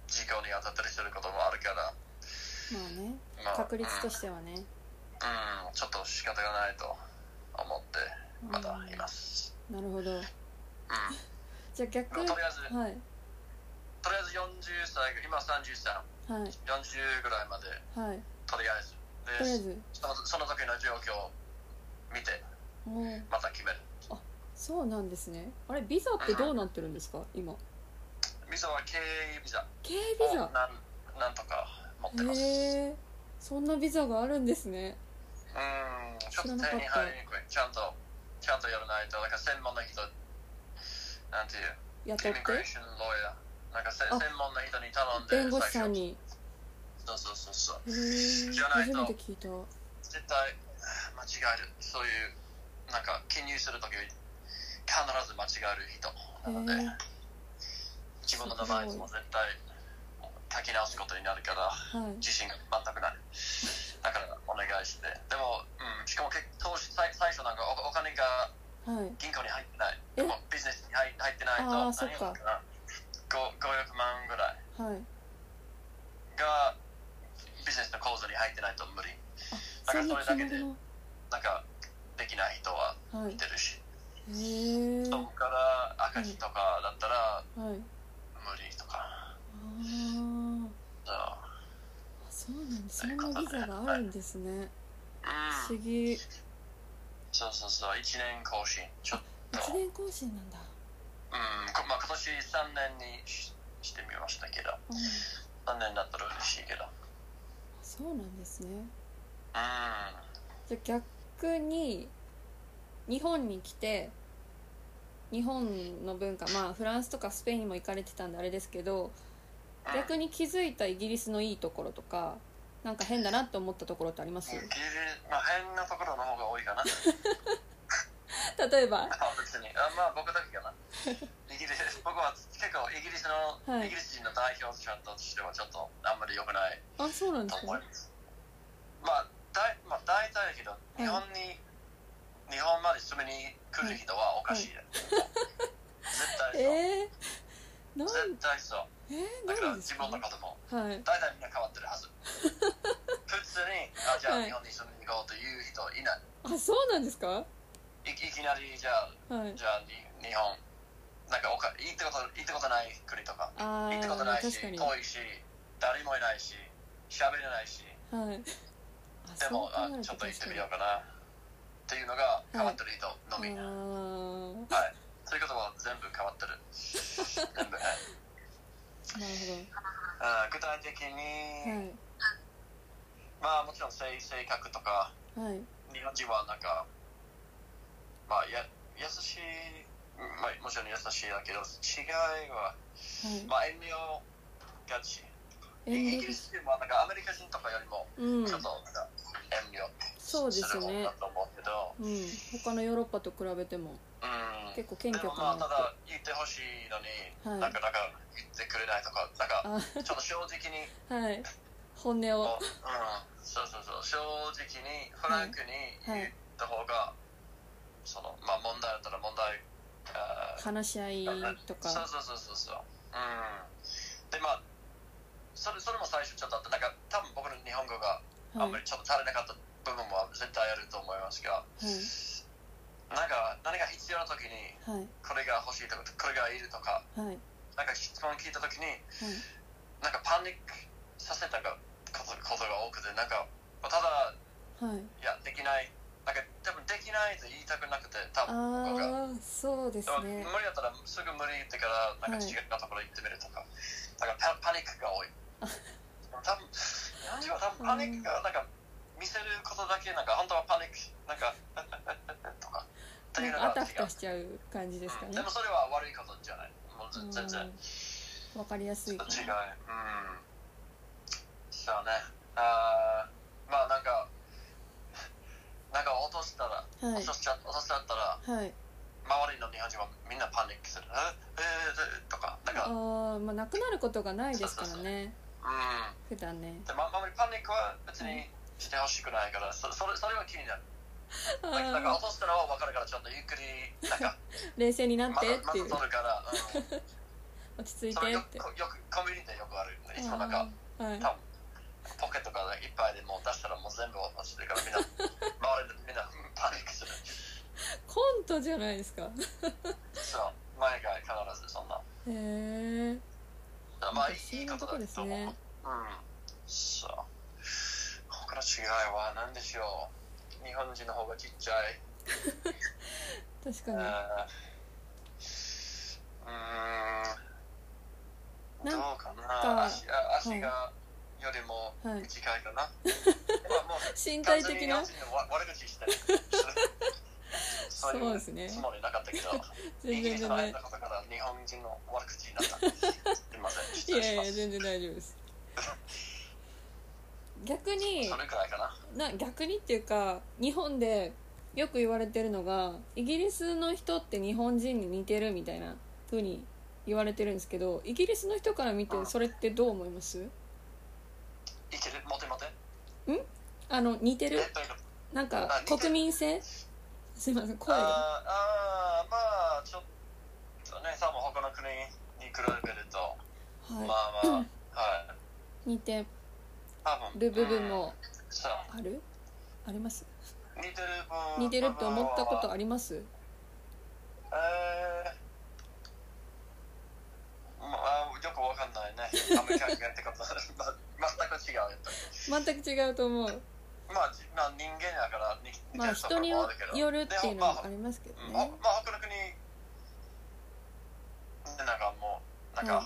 Speaker 2: 事故に当たったりすることもあるから、
Speaker 1: まあね
Speaker 2: まあ、
Speaker 1: 確率と
Speaker 2: て
Speaker 1: してはね
Speaker 2: うん、うんちょっと仕方がないと思ってまだいます、
Speaker 1: なるほど
Speaker 2: うん
Speaker 1: じゃあ逆
Speaker 2: まあ
Speaker 1: はい
Speaker 2: とりあえずとり
Speaker 1: はい
Speaker 2: あえず40歳今3340
Speaker 1: はい
Speaker 2: ぐらいま
Speaker 1: は
Speaker 2: で
Speaker 1: い
Speaker 2: とりあえずで
Speaker 1: とりあえず
Speaker 2: そのその時の状況を見て
Speaker 1: もう
Speaker 2: また決める
Speaker 1: そうなんですねあれビザってどうなってるんですか今
Speaker 2: ビザは経営ビザ
Speaker 1: 経営ビ
Speaker 2: を
Speaker 1: ザ
Speaker 2: なんなんとか持ってます、
Speaker 1: へえそんなビザがあるんですね
Speaker 2: うんちょ
Speaker 1: 知ら
Speaker 2: っと
Speaker 1: なかった
Speaker 2: 手に入りにくいちゃんとちゃんとやらないとなんか専門の人なんていう
Speaker 1: 雇
Speaker 2: イ
Speaker 1: っ
Speaker 2: ミグレー
Speaker 1: て
Speaker 2: ションロイヤーなんかせ
Speaker 1: あ
Speaker 2: 専門の人に頼
Speaker 1: 弁
Speaker 2: んで
Speaker 1: 護士さんに
Speaker 2: 最初そうそうそうそ
Speaker 1: へ
Speaker 2: う
Speaker 1: え
Speaker 2: 知らない
Speaker 1: 初
Speaker 2: と
Speaker 1: めて聞いた
Speaker 2: 絶対間違えるそういうなんか記入する時必ず間違える人なので、
Speaker 1: へえ
Speaker 2: 自分の名前いつも絶対書き直すことになるから
Speaker 1: はい
Speaker 2: 自信が全くないだからお願願いしてでも、うん、しかも結構最最初なんかおお金が
Speaker 1: はい
Speaker 2: 銀行に入ってない
Speaker 1: え
Speaker 2: でもビジネスに入入ってないと
Speaker 1: あー
Speaker 2: 何
Speaker 1: そっか
Speaker 2: 億な56万ぐら
Speaker 1: は
Speaker 2: い
Speaker 1: い
Speaker 2: がビジネスの口座に入ってないと無理
Speaker 1: あそういう決まりの
Speaker 2: なんかできない人は
Speaker 1: はい
Speaker 2: いてるし、
Speaker 1: へえ
Speaker 2: そこから赤字とかだったら
Speaker 1: はい
Speaker 2: 無理とか、
Speaker 1: あー
Speaker 2: う
Speaker 1: あそうなんですそんなビザがあるんですね不
Speaker 2: ん、
Speaker 1: 思議
Speaker 2: そうそうそう1年更新ちょっと、
Speaker 1: 一
Speaker 2: うん
Speaker 1: 年更新なんだ
Speaker 2: こまあ、今年3年にししてみましたけど
Speaker 1: うん
Speaker 2: 3年だったら嬉しいけど
Speaker 1: そうなんですね
Speaker 2: うん
Speaker 1: じゃあ逆に日本に来て日本の文化まあフランスとかスペインにも行かれてたんであれですけど
Speaker 2: うん
Speaker 1: 逆に気づいたイギリスのいいところとかなんか変だなって思ったところってあります
Speaker 2: ギリ、まあ、変なところの方が多いかな
Speaker 1: 例えば
Speaker 2: あ別にあまあ僕だけか なイギリス僕は結構イギリスの、
Speaker 1: はい
Speaker 2: イギリス人の代表者としてはちょっとあんまり良くない
Speaker 1: あそうなんで
Speaker 2: と
Speaker 1: す
Speaker 2: 思
Speaker 1: ね
Speaker 2: います、まあだいまあ大体だけど日本に、日本まで住みに来る人はおかしい、絶対そう、
Speaker 1: えー、なん
Speaker 2: 絶対そう
Speaker 1: えー、
Speaker 2: だか
Speaker 1: なん
Speaker 2: ら
Speaker 1: です
Speaker 2: 自
Speaker 1: か
Speaker 2: 分のことも
Speaker 1: はい
Speaker 2: 大体みんな変わってるはず普通にあじゃ
Speaker 1: は
Speaker 2: あ
Speaker 1: い
Speaker 2: 日本に住みに行こうという人いない
Speaker 1: あそうなんですか
Speaker 2: いいきなりじゃ
Speaker 1: は
Speaker 2: あ
Speaker 1: い
Speaker 2: じゃあに日本なんかおか行ったこと行ったことない国とか
Speaker 1: あ
Speaker 2: 行ったこと
Speaker 1: ー
Speaker 2: ないし
Speaker 1: 確か
Speaker 2: 遠
Speaker 1: に
Speaker 2: いし誰もいないし喋れないし
Speaker 1: はいあ
Speaker 2: でも
Speaker 1: そう考
Speaker 2: あ
Speaker 1: える
Speaker 2: ちょっと行ってみよ
Speaker 1: 確
Speaker 2: うかなっていうのが変わってる人の
Speaker 1: か
Speaker 2: み、
Speaker 1: に
Speaker 2: はい、
Speaker 1: あー
Speaker 2: そういうことは全部変わってる全部はい
Speaker 1: なる
Speaker 2: あー具体
Speaker 1: ほ
Speaker 2: 的
Speaker 1: ど
Speaker 2: に、まあもちろん性性格とか
Speaker 1: はいはい
Speaker 2: 日本人はなんかまあや優しい、まあ、もちろん優しいだけど違い
Speaker 1: は
Speaker 2: は、
Speaker 1: い
Speaker 2: まあ、遠慮がちイ
Speaker 1: 遠
Speaker 2: ギ
Speaker 1: 慮
Speaker 2: リス人はなんかアメリカ人とかよりも
Speaker 1: うん
Speaker 2: ちょっとなんか遠慮
Speaker 1: そうですす
Speaker 2: る方
Speaker 1: ね
Speaker 2: だと思うけど、
Speaker 1: うん他のヨーロッパと比べても
Speaker 2: うん
Speaker 1: 結構謙
Speaker 2: で
Speaker 1: 虚
Speaker 2: も
Speaker 1: か
Speaker 2: まあ
Speaker 1: な
Speaker 2: ただ言ってほしいの
Speaker 1: はい
Speaker 2: に、なんかなんか言ってくれないとかなんか
Speaker 1: あ
Speaker 2: ちょっと正直に、
Speaker 1: はい本音
Speaker 2: うん
Speaker 1: を、
Speaker 2: そうそうそう正直にフランクに言った方が、そのまあ問題だったら問題あー
Speaker 1: 話し合いと
Speaker 2: そう
Speaker 1: か
Speaker 2: そうそうそうそううんでまあそれそれも最初ちょっとあったなんか多分僕の日本語があ
Speaker 1: は
Speaker 2: ん
Speaker 1: い
Speaker 2: まりちょっと足りなかった部分は絶対あると思います
Speaker 1: は
Speaker 2: が、なんか何が必要な時
Speaker 1: い
Speaker 2: に
Speaker 1: はい
Speaker 2: これが欲しいとかこれがいるとか
Speaker 1: はいはい
Speaker 2: なんか質問聞いた時になんかパニックさせたことことが多くてなんかまあただ
Speaker 1: はい
Speaker 2: いやできないなんか多分できないと言いたくなくて多分僕が。
Speaker 1: ああそうです
Speaker 2: でも
Speaker 1: ね
Speaker 2: 無理だったらすぐ無理言ってからな
Speaker 1: はい
Speaker 2: んか違うところ行ってみるとか、なんかパパニックが多 い多分何時は多分パニックがなんか見せることだけなんか本当はパニックなんか とかって
Speaker 1: ないん
Speaker 2: うの
Speaker 1: かあ
Speaker 2: が
Speaker 1: た
Speaker 2: 違
Speaker 1: ふた
Speaker 2: う
Speaker 1: しちゃう感じですか
Speaker 2: うん
Speaker 1: ね
Speaker 2: でもそれは悪いことじゃないもう全全然
Speaker 1: うんわかりやすいか
Speaker 2: 違い
Speaker 1: な
Speaker 2: うんそうねあーまあなんか なんか落としたら、
Speaker 1: はい
Speaker 2: 落としちゃ落としちゃったら
Speaker 1: はい
Speaker 2: 周りの日本人はみんなパニックするええー、とかなんか
Speaker 1: あーまあなくなることがないですからね
Speaker 2: うん
Speaker 1: 普段ね
Speaker 2: でまあんまりパニックは別にしてほしくないからそそれそれは気になる
Speaker 1: あ
Speaker 2: なんかなんか
Speaker 1: ー
Speaker 2: 落としたのは分かるからちょっとゆっくりな んか
Speaker 1: 冷静にな
Speaker 2: ま
Speaker 1: って
Speaker 2: だ
Speaker 1: っ
Speaker 2: まだ
Speaker 1: てい
Speaker 2: 取
Speaker 1: う
Speaker 2: るから、 うん、
Speaker 1: 落ち着い
Speaker 2: そ
Speaker 1: て
Speaker 2: れ
Speaker 1: っ
Speaker 2: よ
Speaker 1: て
Speaker 2: くよくコンビニでよくあるいつもなんか
Speaker 1: あーはい
Speaker 2: 多分ポケットからいっぱいでもう出したらもう全部落ちてるから みんな周りでみんなうんパニックする
Speaker 1: コントじゃないですか
Speaker 2: そう前が必ずそんな
Speaker 1: へえ
Speaker 2: まあい
Speaker 1: 不思
Speaker 2: い
Speaker 1: 議
Speaker 2: い
Speaker 1: な
Speaker 2: ことと
Speaker 1: こ
Speaker 2: だ
Speaker 1: です
Speaker 2: と思う、
Speaker 1: ね
Speaker 2: うんそう他の違いは何でしょう日本人の方がちっちゃい、
Speaker 1: 確
Speaker 2: え
Speaker 1: か
Speaker 2: ー
Speaker 1: に
Speaker 2: うーん
Speaker 1: なん
Speaker 2: どうかな足あ足がよりも
Speaker 1: はい
Speaker 2: 短い かな、まあもう
Speaker 1: 身体的な
Speaker 2: 完全に日本人のわ悪口してるそう
Speaker 1: そう
Speaker 2: い
Speaker 1: で
Speaker 2: う
Speaker 1: すね
Speaker 2: つもりなかったけどイ
Speaker 1: 全
Speaker 2: ギ
Speaker 1: 然
Speaker 2: リス
Speaker 1: 全
Speaker 2: の
Speaker 1: 然
Speaker 2: 間方から日本人の悪口になったすいません失
Speaker 1: い
Speaker 2: 礼し
Speaker 1: や
Speaker 2: ま
Speaker 1: いや
Speaker 2: す
Speaker 1: 全然大丈夫です逆に
Speaker 2: それくらいかな
Speaker 1: な逆にっていうか日本でよく言われてるのがイギリスの人って日本人に似てるみたいな風に言われてるんですけどイギリスの人から見てそれってどう思います
Speaker 2: いけるモテモテ
Speaker 1: ああの似て
Speaker 2: え
Speaker 1: る
Speaker 2: どういうこと
Speaker 1: なんか
Speaker 2: あ似てる
Speaker 1: 国民性すいません声が
Speaker 2: あーあーまあちょっとね多分他の国に比べると、ま
Speaker 1: は
Speaker 2: あまあはい
Speaker 1: い似て
Speaker 2: 多分
Speaker 1: る部分も
Speaker 2: うんそう
Speaker 1: あるあります
Speaker 2: 似てる部分
Speaker 1: 似てると思ったこと
Speaker 2: あ
Speaker 1: あります
Speaker 2: えーまあ、よくわかんないね。アメリカ人ってことま全く違うよ。
Speaker 1: 全く違うと思う
Speaker 2: まあ、じまあ、人間やから似似
Speaker 1: まあ
Speaker 2: てるとこ
Speaker 1: 人に
Speaker 2: ろもあ
Speaker 1: よ
Speaker 2: る
Speaker 1: よる
Speaker 2: けど。
Speaker 1: っていうの
Speaker 2: で
Speaker 1: もあ
Speaker 2: まあ
Speaker 1: りますけど
Speaker 2: うんまあ
Speaker 1: ね、
Speaker 2: 他の国、ねなんかもう、なんか、
Speaker 1: うん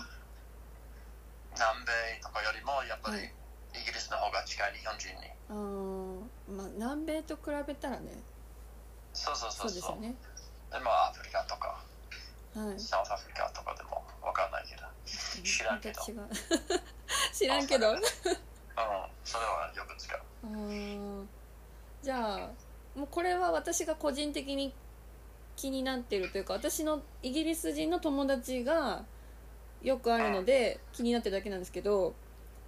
Speaker 2: 南米とかよりも、やっぱ
Speaker 1: は
Speaker 2: り
Speaker 1: い
Speaker 2: イギリスの方が近い日本人に。
Speaker 1: あーまあ南米と比べたらね
Speaker 2: そうそう
Speaker 1: そ
Speaker 2: そうう
Speaker 1: です
Speaker 2: そう。
Speaker 1: よね
Speaker 2: でまあ、アフリカとか、
Speaker 1: はい
Speaker 2: サウスアフリカとかでもわかんないけど。知らんけど
Speaker 1: また違う 知らんけど
Speaker 2: あうん、それはよく使う。
Speaker 1: あーじゃあもうこれは私が個人的に気になってるというか私のイギリス人の友達がよくあるので気になってるだけなんですけど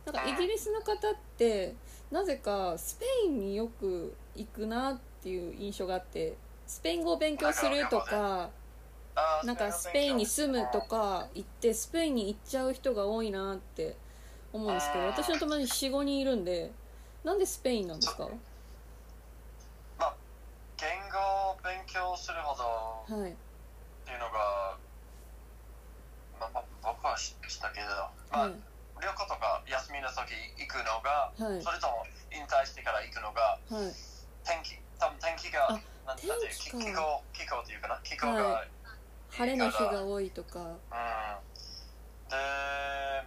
Speaker 1: なんかイギリスの方ってなぜかスペインによく行くなっていう印象があってスペイン語を勉強するとか
Speaker 2: あー
Speaker 1: なんかスペインに住むと。
Speaker 2: それは勉強
Speaker 1: か行ってスペインに行っちゃう人が多いなって思うんですけど
Speaker 2: あー
Speaker 1: 私の友達45人いるんでなんでスペインなんですか
Speaker 2: そ言語を勉強するほど
Speaker 1: はい
Speaker 2: っていうのが、まあ、まあ僕は知ったけど、
Speaker 1: は
Speaker 2: まあ旅行とか休みの時行くのが、
Speaker 1: いはい
Speaker 2: それとも引退してから行くのが
Speaker 1: はい
Speaker 2: 天気多分天気が
Speaker 1: あ
Speaker 2: なんなんていう
Speaker 1: 天気
Speaker 2: 気
Speaker 1: か
Speaker 2: 気候気候っていうかな気候
Speaker 1: は
Speaker 2: が、
Speaker 1: 晴れの日が多いとか
Speaker 2: うんで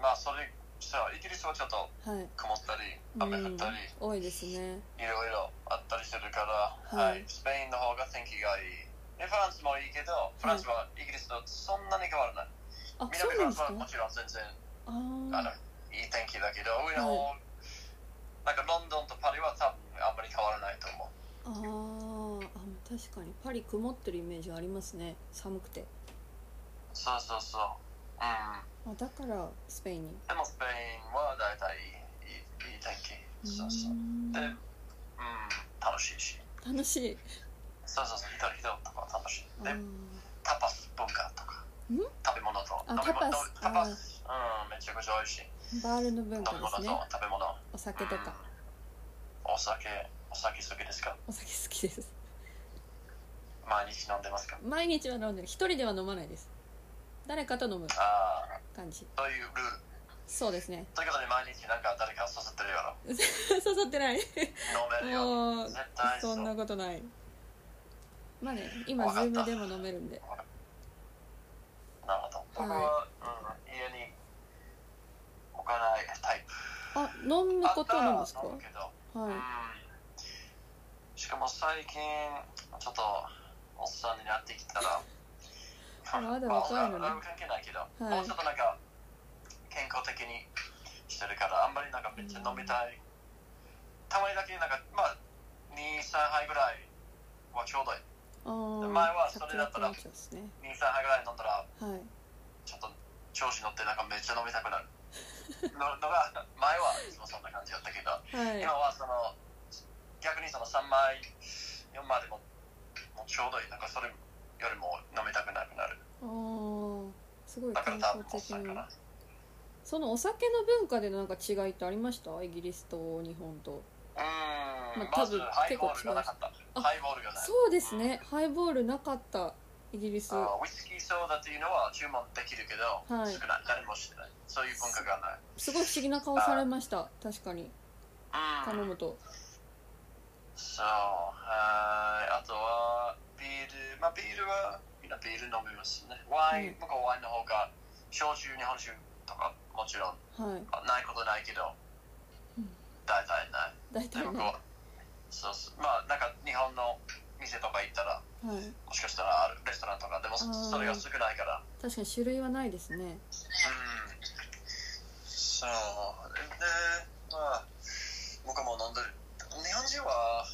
Speaker 2: まあそれさイギリスはちょっと
Speaker 1: はい
Speaker 2: 曇ったり
Speaker 1: う
Speaker 2: 雨降っ
Speaker 1: ん
Speaker 2: たり、
Speaker 1: 多いですね
Speaker 2: いろいろあったりするから、
Speaker 1: は
Speaker 2: はいいスペインの方が天気がいいでフランスもいいけどフランスはイギリスとそんなに変わらない、
Speaker 1: あそう
Speaker 2: 南フ
Speaker 1: な
Speaker 2: ラ
Speaker 1: ん
Speaker 2: ン
Speaker 1: です
Speaker 2: スはも
Speaker 1: か
Speaker 2: ちろん全然
Speaker 1: あ
Speaker 2: あの
Speaker 1: ー
Speaker 2: いい天気だけど上の方、なんかロンドンとパリは多分あんまり変わらないと思う
Speaker 1: あーあ確かにパリ曇ってるイメージありますね寒くて
Speaker 2: そうそうそううん
Speaker 1: あだからスペインに
Speaker 2: でもスペインは大体いいいいい天気そうそう
Speaker 1: ー
Speaker 2: う
Speaker 1: ん
Speaker 2: でうん楽しいし
Speaker 1: 楽しい
Speaker 2: そうそうそう一人一人とか楽しい
Speaker 1: あ
Speaker 2: で
Speaker 1: ー
Speaker 2: タパス文化とか
Speaker 1: ん
Speaker 2: 食べ物と
Speaker 1: あ
Speaker 2: 飲み物
Speaker 1: タパ
Speaker 2: タパ
Speaker 1: ス
Speaker 2: スうんめちゃくちゃ美味しい
Speaker 1: バールの文化
Speaker 2: 飲み
Speaker 1: で
Speaker 2: 物
Speaker 1: す
Speaker 2: と
Speaker 1: ね
Speaker 2: 食べ物
Speaker 1: お酒とか
Speaker 2: うんお酒お酒好きですか
Speaker 1: お酒好きです
Speaker 2: 毎日飲んでますか
Speaker 1: 毎日は飲んでる一人では飲まないです誰かと飲む
Speaker 2: ああ
Speaker 1: 感じ
Speaker 2: そういうルール
Speaker 1: そうです ね
Speaker 2: ということで毎日なんか誰か誘ってるよ
Speaker 1: 刺さってない
Speaker 2: 飲めるよ
Speaker 1: もう
Speaker 2: 絶対
Speaker 1: そんなことないまあね今
Speaker 2: わ
Speaker 1: ズ
Speaker 2: か
Speaker 1: ー
Speaker 2: った
Speaker 1: ムでも飲めるんで
Speaker 2: なるほど僕は、うん、家に置かないタイプ
Speaker 1: あ飲むことなんですか
Speaker 2: あったら飲むけど、
Speaker 1: はい
Speaker 2: うん、しかも最近ちょっとおっさんになってきたら
Speaker 1: まだ若いのに
Speaker 2: まあ、俺は俺は関係ないけ
Speaker 1: い
Speaker 2: ど、もうちょっとなんか健康的にしてるからあんまりなんかめっちゃ飲みたい、たまにだけなんかまあ23杯ぐらいはちょうどいい
Speaker 1: あー
Speaker 2: 前はそれだったら
Speaker 1: ちょとなっちゃうんですね
Speaker 2: 23杯ぐらい飲んだら
Speaker 1: はい
Speaker 2: ちょっと調子乗ってなんかめっちゃ飲みたくなるののが前はいつもそんな感じだったけど
Speaker 1: はい
Speaker 2: 今はその逆にその3枚4枚でももうちょうどいいなんかそれよりも飲みたくなくなる
Speaker 1: あーすごい
Speaker 2: だから
Speaker 1: 感
Speaker 2: 多
Speaker 1: 想的
Speaker 2: 分おっさんか
Speaker 1: に
Speaker 2: な
Speaker 1: そのお酒の文化でのなんか違いってありましたイギリスと日本と
Speaker 2: うーん
Speaker 1: まあ
Speaker 2: ま
Speaker 1: 多
Speaker 2: ず
Speaker 1: 分
Speaker 2: ハイボールがなかった
Speaker 1: あ
Speaker 2: ハイボールがない
Speaker 1: そうですねハイボールなかったイギリス
Speaker 2: あーウイスキーソーダっていうのは注文できるけど、
Speaker 1: はい
Speaker 2: 少ない誰もしてないそういう文化がない
Speaker 1: すごい不思議な顔されま した確かに
Speaker 2: う
Speaker 1: 頼
Speaker 2: ん
Speaker 1: むと
Speaker 2: そうはいあとはビールまあビールはみんなビール飲みますねワイン、
Speaker 1: うん
Speaker 2: 向こうワインの方が焼酎日本酒とかもちろん
Speaker 1: はい
Speaker 2: ないことないけど、
Speaker 1: うん
Speaker 2: 大体ない
Speaker 1: 大
Speaker 2: で
Speaker 1: 体
Speaker 2: 向
Speaker 1: ね
Speaker 2: こうそうそうまあなんか日本の店とか行ったら
Speaker 1: はい
Speaker 2: もしかしたらあるレストランとかでも
Speaker 1: あー
Speaker 2: それが少ないから
Speaker 1: 確かに種類はないですね
Speaker 2: うんそうでまあ僕も飲んでる日本人は
Speaker 1: はい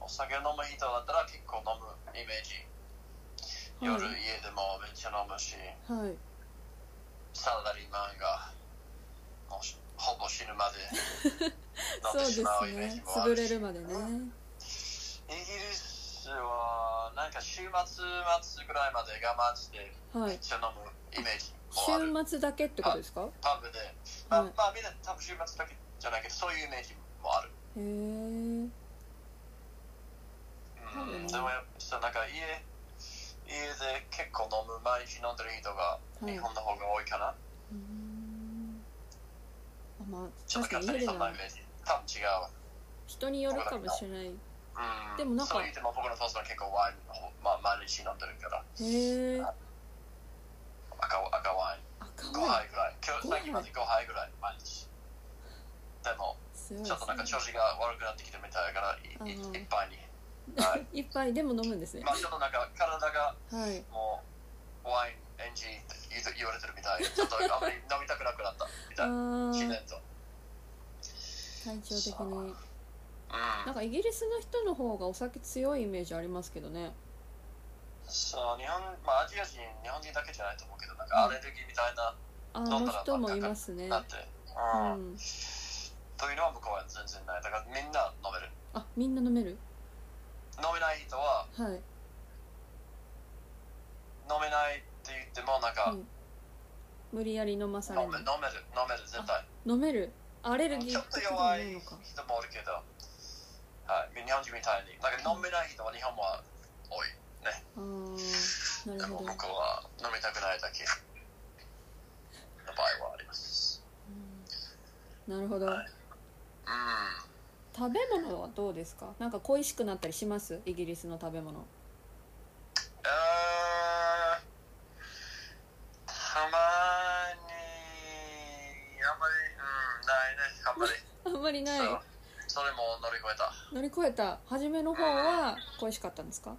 Speaker 2: お酒飲む人だったら結構飲むイメージ夜
Speaker 1: はい
Speaker 2: 家でもめっちゃ飲むし
Speaker 1: はい
Speaker 2: サラリーマンがもうしほぼ死ぬまでな
Speaker 1: そうで
Speaker 2: って
Speaker 1: す
Speaker 2: しまうイメージ
Speaker 1: ね
Speaker 2: もあ
Speaker 1: 潰
Speaker 2: る
Speaker 1: れ
Speaker 2: し
Speaker 1: るまでね
Speaker 2: イギリスはなんか週末末ぐらいまで我慢して
Speaker 1: は
Speaker 2: めっ
Speaker 1: い
Speaker 2: ちゃ飲むイメージもある、
Speaker 1: 週末だけってことですか
Speaker 2: パブで、まあ
Speaker 1: はい
Speaker 2: まあみんな多分週末だけじゃないけどそういうイメージもある、
Speaker 1: へえは
Speaker 2: う
Speaker 1: い
Speaker 2: ん、でもやっぱなんか家家で結構飲む毎日飲んでる人が日本の方が多いか
Speaker 1: あ
Speaker 2: な、
Speaker 1: まあ
Speaker 2: ちょっ
Speaker 1: 確か
Speaker 2: と
Speaker 1: に家
Speaker 2: 勝手に
Speaker 1: で
Speaker 2: そんなイ
Speaker 1: は
Speaker 2: メージ多分違うわ
Speaker 1: 人によるかもしれない
Speaker 2: うん
Speaker 1: でもなんか
Speaker 2: そう言っても僕の父さんは結構ワインの方、まあ、毎日飲んでるから
Speaker 1: へえ
Speaker 2: 赤赤ワイン
Speaker 1: 赤
Speaker 2: 5
Speaker 1: ワイン
Speaker 2: 杯ぐらい今
Speaker 1: 五
Speaker 2: 日
Speaker 1: 杯
Speaker 2: さっきまで5杯ぐらい毎日でも
Speaker 1: すごい
Speaker 2: ちょっとなんか
Speaker 1: です
Speaker 2: 調
Speaker 1: ね
Speaker 2: 子が悪くなってきてみたいからいい
Speaker 1: うん
Speaker 2: いっぱいにはい
Speaker 1: いっぱいでも飲むんですね
Speaker 2: まあちょっとなんか体が
Speaker 1: はい
Speaker 2: もうワインエンジンって言う言われてるみたいちょっとあまり飲みたくなくなったみ
Speaker 1: あ
Speaker 2: たい自然
Speaker 1: ー
Speaker 2: と
Speaker 1: 体調的に
Speaker 2: うん
Speaker 1: なんかイギリスの人の方がお酒強いイメージありますけどね
Speaker 2: そう日本まあアジア人日本人だけじゃないと思うけどなんかアレルギーみたいな
Speaker 1: あの人もいますね
Speaker 2: なって
Speaker 1: う
Speaker 2: うん
Speaker 1: ん
Speaker 2: というのは向こうは全然ないだからみんな飲める
Speaker 1: あみんな飲める
Speaker 2: 飲めない人は
Speaker 1: はい
Speaker 2: 飲めないって言ってもなんか、
Speaker 1: うん無理やり飲まされ
Speaker 2: 飲め
Speaker 1: る
Speaker 2: 飲める飲める絶対
Speaker 1: 飲めるアレルギ
Speaker 2: ち
Speaker 1: ー
Speaker 2: ょ
Speaker 1: っ
Speaker 2: って
Speaker 1: こ
Speaker 2: と
Speaker 1: とは
Speaker 2: 弱
Speaker 1: ない
Speaker 2: い
Speaker 1: のか
Speaker 2: 人もおるけど、はい、日本人みたいになんか飲めない人は日本は多い
Speaker 1: あーな
Speaker 2: で
Speaker 1: る
Speaker 2: も
Speaker 1: ほど
Speaker 2: 僕は飲みたくないだけの場合はあります
Speaker 1: うんなるほど
Speaker 2: はいうん
Speaker 1: 食べ物はどうですかなんか恋しくなったりしますイギリスの食べ物
Speaker 2: えーたまにあんまりうんないねあんまり
Speaker 1: あんまりない
Speaker 2: そうそれも乗り越えた
Speaker 1: 乗り越えた初めの方は恋しかったんですか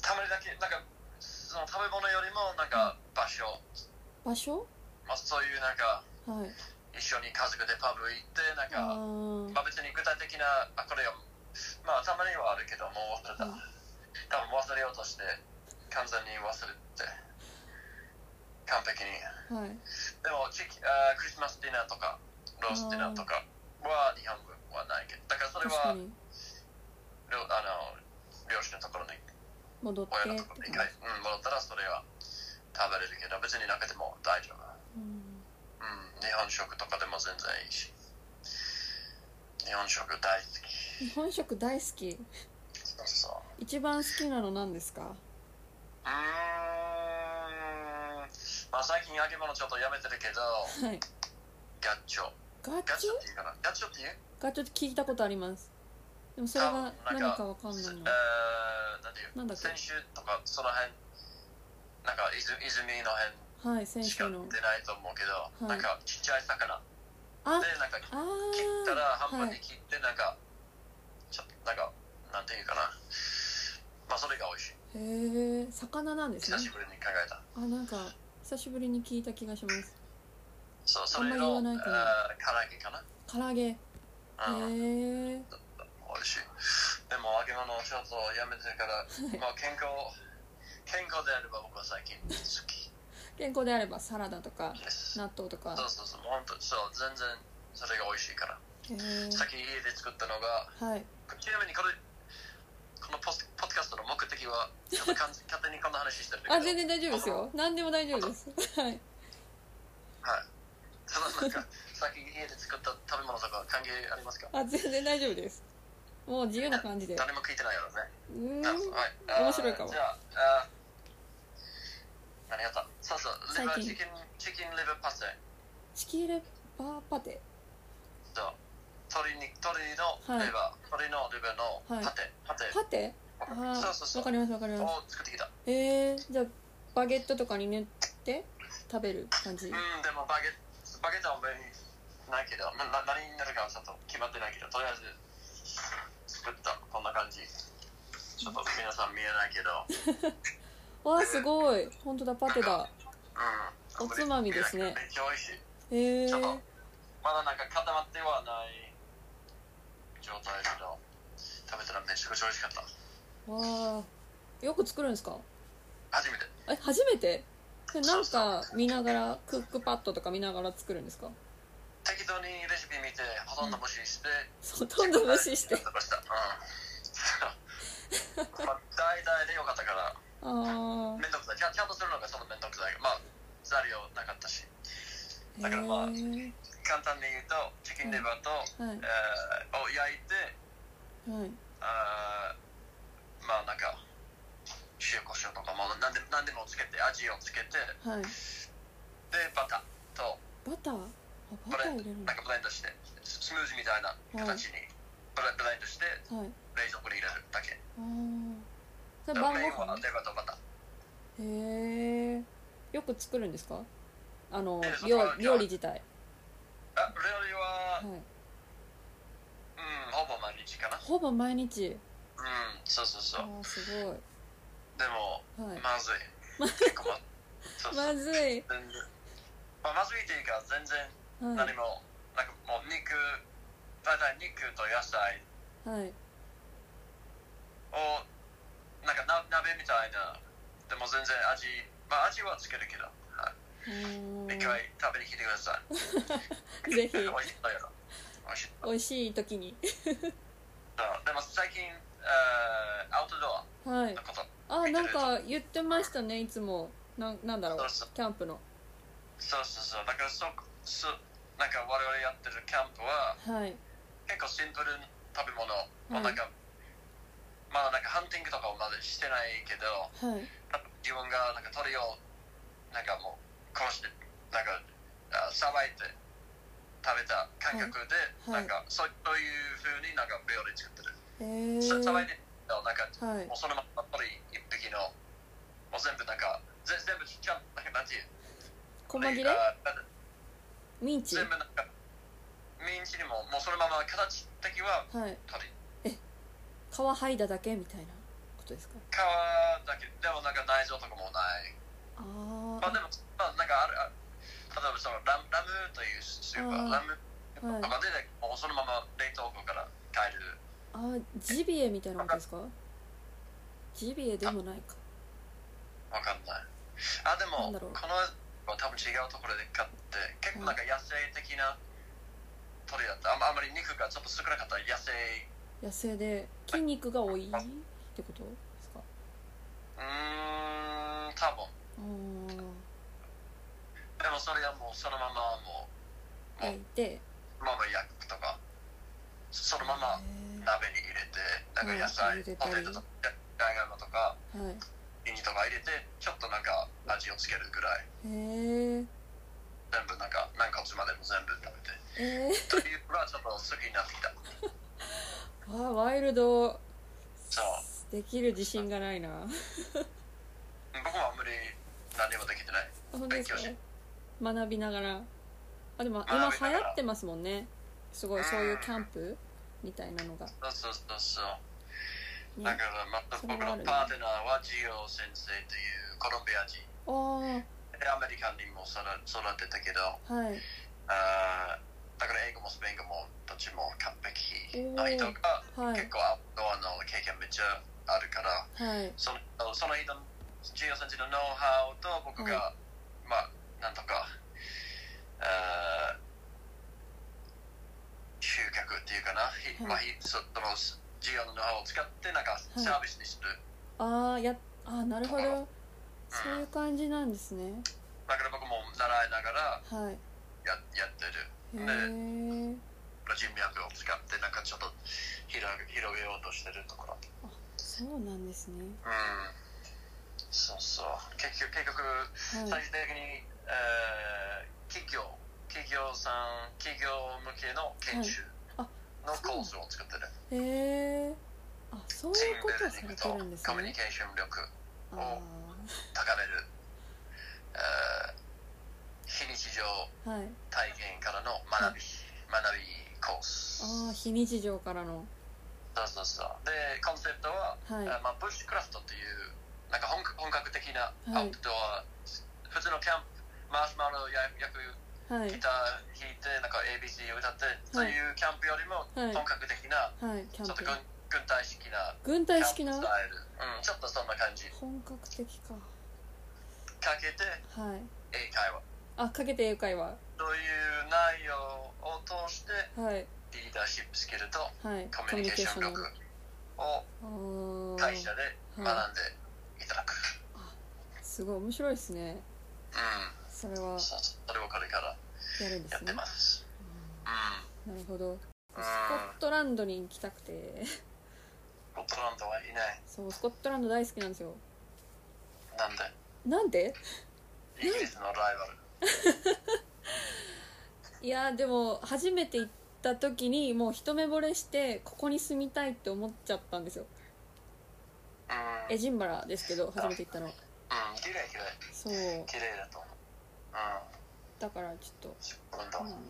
Speaker 2: たまにだけなんかその食べ物よりもなんか場所、
Speaker 1: 場所
Speaker 2: まあ、そういうなんか
Speaker 1: はい
Speaker 2: 一緒に家族でパブ行ってなん
Speaker 1: あ
Speaker 2: か
Speaker 1: ー
Speaker 2: まあ、別に具体的なあこれはまあたまにはあるけどもう忘れた、
Speaker 1: うん
Speaker 2: 多分忘れようとして完全に忘れて完璧に
Speaker 1: はい
Speaker 2: でもチキあークリスマスディナーとかロースディナーとかは日本語はないけどだからそれ
Speaker 1: 確か
Speaker 2: は
Speaker 1: に
Speaker 2: 両あの両親のところに
Speaker 1: 戻って
Speaker 2: 親のところに一回、うん、戻ったらそれは食べれるけど別になくても大丈夫、
Speaker 1: うん
Speaker 2: うん、日本食とかでも全然いいし日本食大好き
Speaker 1: 日本食大好き
Speaker 2: そうそう
Speaker 1: 一番好きなの何ですか
Speaker 2: うーんまあ最近揚げ物ちょっとやめてるけど
Speaker 1: はい
Speaker 2: ガッチョ
Speaker 1: ガチ
Speaker 2: ガッチ
Speaker 1: ョ
Speaker 2: ョっていうかなガッチョっていう
Speaker 1: ガチョって聞いたことありますでもそれが
Speaker 2: あなんか
Speaker 1: 何かわかんないの
Speaker 2: えー、なんていう
Speaker 1: なんだっけ
Speaker 2: 先週とかその辺なんか泉泉の
Speaker 1: はい先
Speaker 2: 辺しか
Speaker 1: 週の
Speaker 2: 出ないと思うけ
Speaker 1: い
Speaker 2: ど、なんかちっちゃい魚
Speaker 1: あ
Speaker 2: でなんか切
Speaker 1: あ
Speaker 2: ったら
Speaker 1: ーは
Speaker 2: 半分に
Speaker 1: い
Speaker 2: 切ってなんか、ちょっとなんかなんていうかなまあそれが美味し
Speaker 1: へえ
Speaker 2: い
Speaker 1: 魚なんですね
Speaker 2: 久しぶりに考えた、
Speaker 1: あなんか久しぶりに聞いた気がします
Speaker 2: そう
Speaker 1: あ
Speaker 2: そ
Speaker 1: ん
Speaker 2: れ
Speaker 1: ま
Speaker 2: の
Speaker 1: り言わないけど
Speaker 2: あー唐揚げかな
Speaker 1: 唐揚げへ
Speaker 2: うん
Speaker 1: え
Speaker 2: 美味しいでも揚げ物をちょっとやめてから、まあ、健康健康であれば僕は最近好き
Speaker 1: 健康であればサラダとか
Speaker 2: です
Speaker 1: 納豆とか
Speaker 2: そうそうそう本当そう全然それが美味しいから、
Speaker 1: へえ
Speaker 2: さっき家で作ったのが
Speaker 1: はい
Speaker 2: ちなみにこれこのポスポッドキャストの目的はちょ っとかん勝手にこんな話してるけど
Speaker 1: あ全然大丈夫ですよ何でも大丈夫ですはい
Speaker 2: はいそのなんかさっき家で作った食べ物とか関係ありますか
Speaker 1: あ全然大丈夫ですもう自由な感じで
Speaker 2: 誰も聞いてないよね
Speaker 1: うーん
Speaker 2: はいあー
Speaker 1: 面白いかも
Speaker 2: じゃああー何やったそうそうレバー
Speaker 1: 最
Speaker 2: チ
Speaker 1: 近
Speaker 2: キンチキンレバーパスタ
Speaker 1: チキレバーパテ
Speaker 2: そう鶏肉鶏のレバー、鶏のレバーの
Speaker 1: はい
Speaker 2: パテ、パテ
Speaker 1: パテあ
Speaker 2: そうそ
Speaker 1: あわ
Speaker 2: うそう
Speaker 1: かりますわかります
Speaker 2: を作ってきた
Speaker 1: えー、じゃあバゲットとかに塗って食べる感じ
Speaker 2: うんでもバゲッバゲットは別にないけどなな何になるかはちょっと決まってないけどとりあえず作ったこんな感じちょっと皆さん見えないけど
Speaker 1: わあすごい本当だパテだ
Speaker 2: う
Speaker 1: お
Speaker 2: ん
Speaker 1: つまみですね
Speaker 2: めっちゃ美
Speaker 1: へえ
Speaker 2: 味しいちょっと
Speaker 1: ー、
Speaker 2: まだなんか固まってはない状態だけど食べたらめちゃくちゃ美味しかった
Speaker 1: わあよく作るんですか
Speaker 2: 初めて
Speaker 1: え初めてでなんか見ながらクックパッドとか見ながら作るんですか
Speaker 2: 適当にレシピ見てほとんど無視して、
Speaker 1: ほとんど無視して
Speaker 2: やってましたうん まあ大体でよかったから
Speaker 1: ああ
Speaker 2: めんどくさいちゃんちゃんとするのがそのめんどくさいまあ材料なかったし
Speaker 1: へ
Speaker 2: だからまあ
Speaker 1: え
Speaker 2: 簡単に言うとチキンレバーと、
Speaker 1: はい
Speaker 2: えーを焼いて
Speaker 1: はい
Speaker 2: あーまあなんか塩コショウとかも何で何でもつけて味をつけて
Speaker 1: はい
Speaker 2: でバターと
Speaker 1: バターあ
Speaker 2: ブ
Speaker 1: バター
Speaker 2: レ
Speaker 1: 入
Speaker 2: ン
Speaker 1: れるん
Speaker 2: なん
Speaker 1: だ
Speaker 2: かブレンドしてススムージーみたいな形にブレブレンドして
Speaker 1: はい
Speaker 2: 冷蔵庫に入れるだけ
Speaker 1: ああそ
Speaker 2: で
Speaker 1: れ晩ご
Speaker 2: メインは
Speaker 1: 飯
Speaker 2: レバーとバター
Speaker 1: へえよく作るんですかあの
Speaker 2: ええ
Speaker 1: 料
Speaker 2: そこは
Speaker 1: 料理自体
Speaker 2: あ料理は、
Speaker 1: はい
Speaker 2: うんほぼ毎日かな
Speaker 1: ほぼ毎日
Speaker 2: うんそうそうそ
Speaker 1: あ
Speaker 2: う
Speaker 1: あすごい
Speaker 2: でも
Speaker 1: はい
Speaker 2: まずい結構まそうそう
Speaker 1: まずい
Speaker 2: 全然まあまずいっていうか全然
Speaker 1: は
Speaker 2: 何も、なんかもう肉大体肉と野菜
Speaker 1: いはい
Speaker 2: をなんかな鍋みたいなでも全然味まあ味はつけるけど、は
Speaker 1: あー
Speaker 2: い、一回食べに来てください
Speaker 1: ぜひ
Speaker 2: 美味しいだよ美味しい
Speaker 1: 美味しい時に
Speaker 2: そうでも最近、えーアウトドア
Speaker 1: はい
Speaker 2: のこと
Speaker 1: あなんか言ってましたねいつもなんなんだろう
Speaker 2: そうそう
Speaker 1: キャンプの
Speaker 2: そうそうそうだからそそなんか我々やってるキャンプは
Speaker 1: はい
Speaker 2: 結構シンプルに食べ物、もうなんかまだなんかハンティングとかをまだしてないけど
Speaker 1: はい
Speaker 2: 自分がなんか鳥をなんかもう殺してなんかあさばいて食べた感覚で、
Speaker 1: はいはい
Speaker 2: なんかそうそういう風になんか料理作ってる、
Speaker 1: へ
Speaker 2: ささば
Speaker 1: ー
Speaker 2: いてなんか
Speaker 1: はい
Speaker 2: もうそのまま鳥一匹のもう全部なんかぜ全部ちゃんなんかなんていう
Speaker 1: 細切れ
Speaker 2: あ
Speaker 1: ミンチ
Speaker 2: 全部なんかミンチにももうそのまま形的は
Speaker 1: はい
Speaker 2: 鳥
Speaker 1: 皮剥いだだけみたいなことですか
Speaker 2: 皮だけでもなんか内臓とかもない
Speaker 1: あ
Speaker 2: まあ
Speaker 1: ー
Speaker 2: でも、まあ、なんかあるあ例えばそのラムラムというスーパー、
Speaker 1: あ
Speaker 2: ラムとかで、もうそのまま冷凍庫から買える。
Speaker 1: あージビエみたいなことですかジビエでもないか
Speaker 2: わかんない。あ、で
Speaker 1: な
Speaker 2: も、
Speaker 1: んだろう
Speaker 2: このは多分違うところで買って、結構なんか野生的な鳥だった。あんまあんまり肉がちょっと少なかった野生、
Speaker 1: 野生で筋肉が多いってことですか
Speaker 2: うーん、多分。
Speaker 1: あー
Speaker 2: でもそれはもうそのままも
Speaker 1: 焼いて
Speaker 2: う、まま焼くとか、そのまま
Speaker 1: へ
Speaker 2: 鍋に入れて、なんか野菜、
Speaker 1: うん
Speaker 2: ポテトとか、ジャガイモとか、
Speaker 1: ーはい
Speaker 2: ミニとか入れてちょっとなんか味をつけるぐらい
Speaker 1: へー
Speaker 2: 全部なんか何かつまでも全部食べて
Speaker 1: え
Speaker 2: というのはちょっと好きになってきた
Speaker 1: ー、わあワイルド
Speaker 2: そう
Speaker 1: できる自信がないな
Speaker 2: 僕もあんまり何もできてない
Speaker 1: あ本当ですか
Speaker 2: 勉強し
Speaker 1: 学びながらあでも
Speaker 2: 学びな
Speaker 1: 今
Speaker 2: がら
Speaker 1: 流行ってますもんねすごいそういうキャンプみたいなのが、
Speaker 2: そうそうそうそうだ
Speaker 1: ね
Speaker 2: か、らまた
Speaker 1: それ
Speaker 2: 僕
Speaker 1: はあるね
Speaker 2: のパートナーはジオ先生というコロンビア人
Speaker 1: あー
Speaker 2: でアメリカンにも育育てたけど
Speaker 1: はい
Speaker 2: あーだから英語もスペイン語もどっちも完璧な人が
Speaker 1: はい
Speaker 2: 結構アウトドアの経験めっちゃあるから
Speaker 1: はい
Speaker 2: そのその人のジオさんちのノウハウと僕が、まあなんとかあー集客っていうかな、ひ
Speaker 1: はい
Speaker 2: まあ、ひそそのジオのノウハウを使ってなんか
Speaker 1: い
Speaker 2: サービスにする、
Speaker 1: ああやあーなるほどそういう感じなんですね
Speaker 2: だから僕も習いながら
Speaker 1: はい
Speaker 2: ややって
Speaker 1: へ
Speaker 2: る
Speaker 1: え、
Speaker 2: 人脈を使ってなんかちょっと広げ広げようとしてるところ
Speaker 1: そうなんですね
Speaker 2: うんそうそう結局結局
Speaker 1: はい
Speaker 2: 最終的に、えー企業企業さん企業向けの研修
Speaker 1: はい
Speaker 2: のコースを作ってる、
Speaker 1: へえあそう
Speaker 2: チ
Speaker 1: いう
Speaker 2: ーム
Speaker 1: ことをされてるん
Speaker 2: ビルディング
Speaker 1: で
Speaker 2: と
Speaker 1: す
Speaker 2: コミュ
Speaker 1: ね
Speaker 2: ニケーション力
Speaker 1: あ
Speaker 2: を高める、えー非日常
Speaker 1: あはい
Speaker 2: 体験からの学び、学びコース
Speaker 1: ああ非日常からの
Speaker 2: そうそうそうでコンセプトは、
Speaker 1: はい
Speaker 2: えーまあ、ブッシュクラフトというなんか本格本格的
Speaker 1: は
Speaker 2: なア
Speaker 1: い
Speaker 2: ウトドア、普通のキャンプマシュマロを焼く
Speaker 1: はい
Speaker 2: ギター弾いてなんか ABC を歌って、そういうキャンプよりも
Speaker 1: はい
Speaker 2: 本格的
Speaker 1: は
Speaker 2: な、
Speaker 1: いキャン
Speaker 2: ちょっと
Speaker 1: プ
Speaker 2: 軍軍隊式な
Speaker 1: 軍
Speaker 2: キャ
Speaker 1: 隊式
Speaker 2: ンプスタイル
Speaker 1: な、
Speaker 2: うん、ちょっとそんな感じ
Speaker 1: 本格的か
Speaker 2: かけて
Speaker 1: はい
Speaker 2: 英会話
Speaker 1: あかけて英会話
Speaker 2: そういう内容を通して
Speaker 1: はい
Speaker 2: リーダーシップスキルと
Speaker 1: はい
Speaker 2: コミュニケーション力を
Speaker 1: ョンあ
Speaker 2: 会社で
Speaker 1: あー
Speaker 2: 学ん
Speaker 1: はい
Speaker 2: でいただく、
Speaker 1: すごい面白いですねそれは
Speaker 2: うんそうそうそれをこれから
Speaker 1: やるんで
Speaker 2: やっ
Speaker 1: す
Speaker 2: て
Speaker 1: ね
Speaker 2: ますうん
Speaker 1: なるほどスコ
Speaker 2: うん
Speaker 1: ットランドに行きたくて
Speaker 2: ゴットランドはいない
Speaker 1: そうスコットランド大好きなんですよ
Speaker 2: なんで
Speaker 1: なんで
Speaker 2: イギリスのライバル
Speaker 1: いやでも初めて行った時にもう一目惚れしてここに住みたいって思っちゃったんですよ
Speaker 2: うん、うん、
Speaker 1: エジンバラですけど初めて行ったの
Speaker 2: 綺麗綺麗
Speaker 1: そう
Speaker 2: 綺麗だと思ううん
Speaker 1: だからちょっ
Speaker 2: スコット
Speaker 1: と、
Speaker 2: ラン
Speaker 1: う
Speaker 2: ド
Speaker 1: ん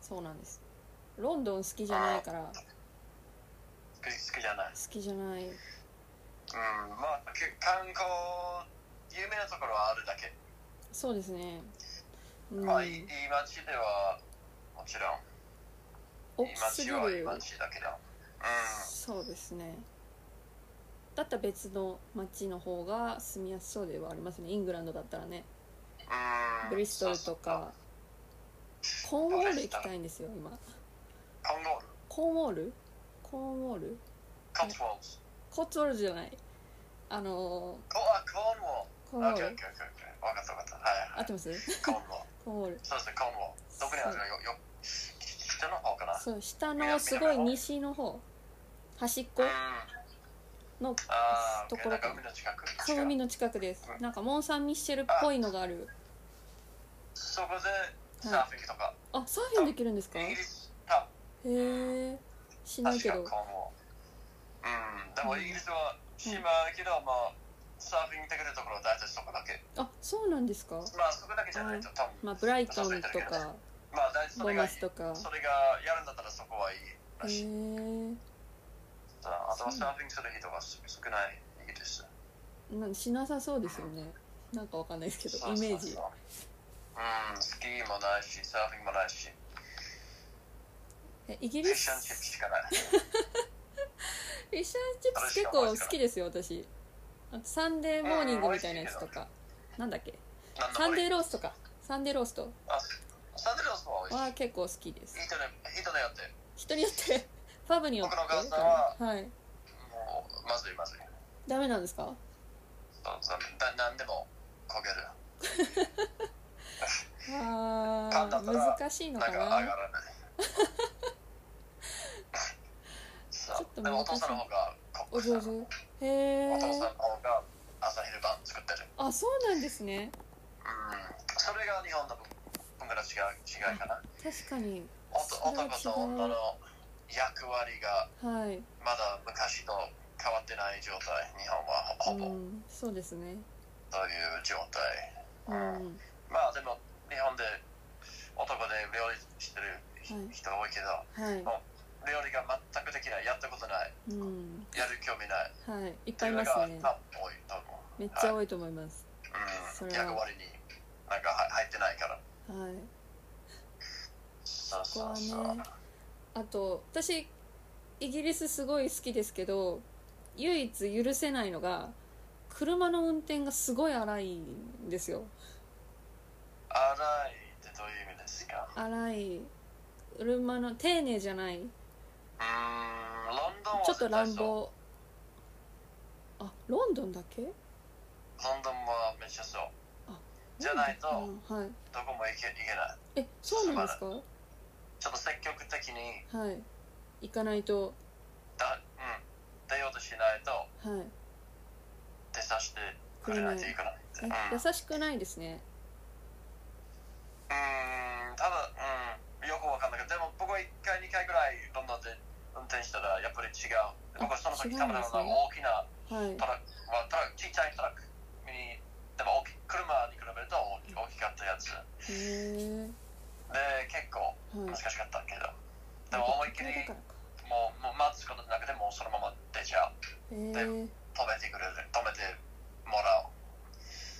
Speaker 1: そうなんですロンドン好きじゃないから好
Speaker 2: 好き好きじゃない
Speaker 1: きじゃない
Speaker 2: うんまあけ観光有名なところはあるだけ、
Speaker 1: そうですねうん
Speaker 2: まあいいいい街ではもちろん
Speaker 1: お
Speaker 2: いい
Speaker 1: すぎ
Speaker 2: 街はいい
Speaker 1: る
Speaker 2: 街だけど
Speaker 1: そうですねだったら別の町の方が住みやすそうではありますねイングランドだったらね
Speaker 2: うん、うん、
Speaker 1: ブリストルとかコーンウォール行きたいんですよ今
Speaker 2: そうそうコンゴール
Speaker 1: コーンウォールコーンウォール
Speaker 2: コッツウォルズ
Speaker 1: コーツウォールじゃないあの
Speaker 2: コあコ
Speaker 1: ーコー
Speaker 2: ーンウォル
Speaker 1: ンウ
Speaker 2: あ
Speaker 1: ォ
Speaker 2: オッケー
Speaker 1: ー
Speaker 2: オッ
Speaker 1: ル
Speaker 2: ケーオッケーオッケー分かった分かったはい
Speaker 1: 合
Speaker 2: は
Speaker 1: ってます
Speaker 2: いコーンウォル
Speaker 1: コーンウォール
Speaker 2: そうですねコーンウォルどこにあるかよよ北の方かなうん
Speaker 1: そう下のすごい西の方端っこの
Speaker 2: あー
Speaker 1: と
Speaker 2: OK
Speaker 1: こ
Speaker 2: な
Speaker 1: ろ
Speaker 2: ん
Speaker 1: か
Speaker 2: か海の近く
Speaker 1: そう海の近くですなんかモン・サン・ミッシェルっぽいのがある
Speaker 2: そこでサーフィンとか、
Speaker 1: あサーフィンできるんですか
Speaker 2: イ
Speaker 1: へ
Speaker 2: ギリス多
Speaker 1: えしない
Speaker 2: 分
Speaker 1: け
Speaker 2: 確
Speaker 1: ど
Speaker 2: かコーンウォルうんでもイギリスは島だけど、まあサーフィンできるところは大体そこだけ
Speaker 1: あそうなんですか
Speaker 2: まあそこだけじゃないと多分
Speaker 1: まあブライトンとか
Speaker 2: まあ大体そ
Speaker 1: ボ
Speaker 2: れ
Speaker 1: マ
Speaker 2: が
Speaker 1: スとか
Speaker 2: それがやるんだったらそこはいい
Speaker 1: へ
Speaker 2: らしい、
Speaker 1: え
Speaker 2: あとはサーフィンする人が少ないイギリス
Speaker 1: なんしなさそうですよねなんかわかんないですけど
Speaker 2: そ
Speaker 1: イ
Speaker 2: うそうそう
Speaker 1: メージ
Speaker 2: うんスキーもないしサーフィンもないし
Speaker 1: えイギ
Speaker 2: フィ
Speaker 1: リ
Speaker 2: ッシュン
Speaker 1: ス
Speaker 2: チップしかない
Speaker 1: フィッシャーチップス結構好きですよ私あとサンデーモーニングみたいなやつとかなんだっけ
Speaker 2: 何
Speaker 1: サンデー
Speaker 2: ロ
Speaker 1: ローストかサンデーロースト
Speaker 2: サンデーロスも美味し
Speaker 1: は結構好きです
Speaker 2: いいいとねいいとねよって
Speaker 1: 人によって ファブによって
Speaker 2: 僕のお母さんは
Speaker 1: はい
Speaker 2: もうまずいまずい
Speaker 1: ダメなんですか
Speaker 2: そうそうだ何でも焦げる
Speaker 1: あ
Speaker 2: パンだ
Speaker 1: ー
Speaker 2: ったら
Speaker 1: 難しいの
Speaker 2: な
Speaker 1: か
Speaker 2: んか
Speaker 1: な
Speaker 2: 上がらない
Speaker 1: ち
Speaker 2: そ
Speaker 1: ょっと
Speaker 2: うでもお父さんの方がコッ
Speaker 1: お
Speaker 2: クさん
Speaker 1: 上
Speaker 2: お
Speaker 1: 手
Speaker 2: 父
Speaker 1: へえ
Speaker 2: さんの方が朝昼晩作ってる
Speaker 1: あそうなんですね
Speaker 2: うんそれが日本の文文化の違い違いかな
Speaker 1: 確かに
Speaker 2: お
Speaker 1: そ
Speaker 2: と
Speaker 1: れは違う
Speaker 2: 男と女の役割が
Speaker 1: はい
Speaker 2: まだ昔と変わってない状態日本はほ
Speaker 1: う
Speaker 2: ぼ
Speaker 1: んそうですね
Speaker 2: という状態、
Speaker 1: うんは
Speaker 2: まあでも日本で男で料理してるひ
Speaker 1: はい
Speaker 2: 人多いけど料理が全くできないやったことない
Speaker 1: いうん
Speaker 2: やる興味ないっ
Speaker 1: はいいってぱい
Speaker 2: い
Speaker 1: いう
Speaker 2: の
Speaker 1: ま
Speaker 2: が
Speaker 1: すね
Speaker 2: 多分多いと思う
Speaker 1: めっちゃ多いと思いますそ
Speaker 2: うん、
Speaker 1: れは
Speaker 2: 役割になんか入入ってないから
Speaker 1: はい
Speaker 2: そう
Speaker 1: ここ
Speaker 2: そ
Speaker 1: は
Speaker 2: うそう、
Speaker 1: ねあと私イギリスすごい好きですけど唯一許せないのが車の運転がすごい荒いんですよ
Speaker 2: 荒いってどういう意味ですか
Speaker 1: 荒い車の丁寧じゃない
Speaker 2: うんロンドンは
Speaker 1: ちょっと
Speaker 2: 絶対
Speaker 1: 乱
Speaker 2: そう
Speaker 1: 暴あロンドンだけ
Speaker 2: ロンドンはめっちゃそうじゃないと
Speaker 1: うんはい
Speaker 2: どこも行け行けない
Speaker 1: えそうなんですか
Speaker 2: ちょっと積極的に
Speaker 1: はい行かないと
Speaker 2: だ、うん、出ようとしないと
Speaker 1: はい
Speaker 2: 手差してくれないといいかなって、うん、う
Speaker 1: え
Speaker 2: ん
Speaker 1: 優しくないですね
Speaker 2: ただ、うん、よくわかんないけどでも僕は1回2回ぐらいロンドンで運転したらやっぱり違う僕はその時
Speaker 1: 違う
Speaker 2: た
Speaker 1: ん
Speaker 2: ま
Speaker 1: で
Speaker 2: たます
Speaker 1: ね
Speaker 2: 大きな
Speaker 1: はい
Speaker 2: トラック、まあ、トラックちっちゃいトラックにでも大き車に比べると大き大きかったやつ
Speaker 1: へえ
Speaker 2: で結
Speaker 1: は
Speaker 2: 構
Speaker 1: い
Speaker 2: 難しかったけど、でも思いっきり
Speaker 1: だからか
Speaker 2: もうもう待つことなくてもうそのまま出ちゃう
Speaker 1: へえ
Speaker 2: 止めてくれる止めてもらう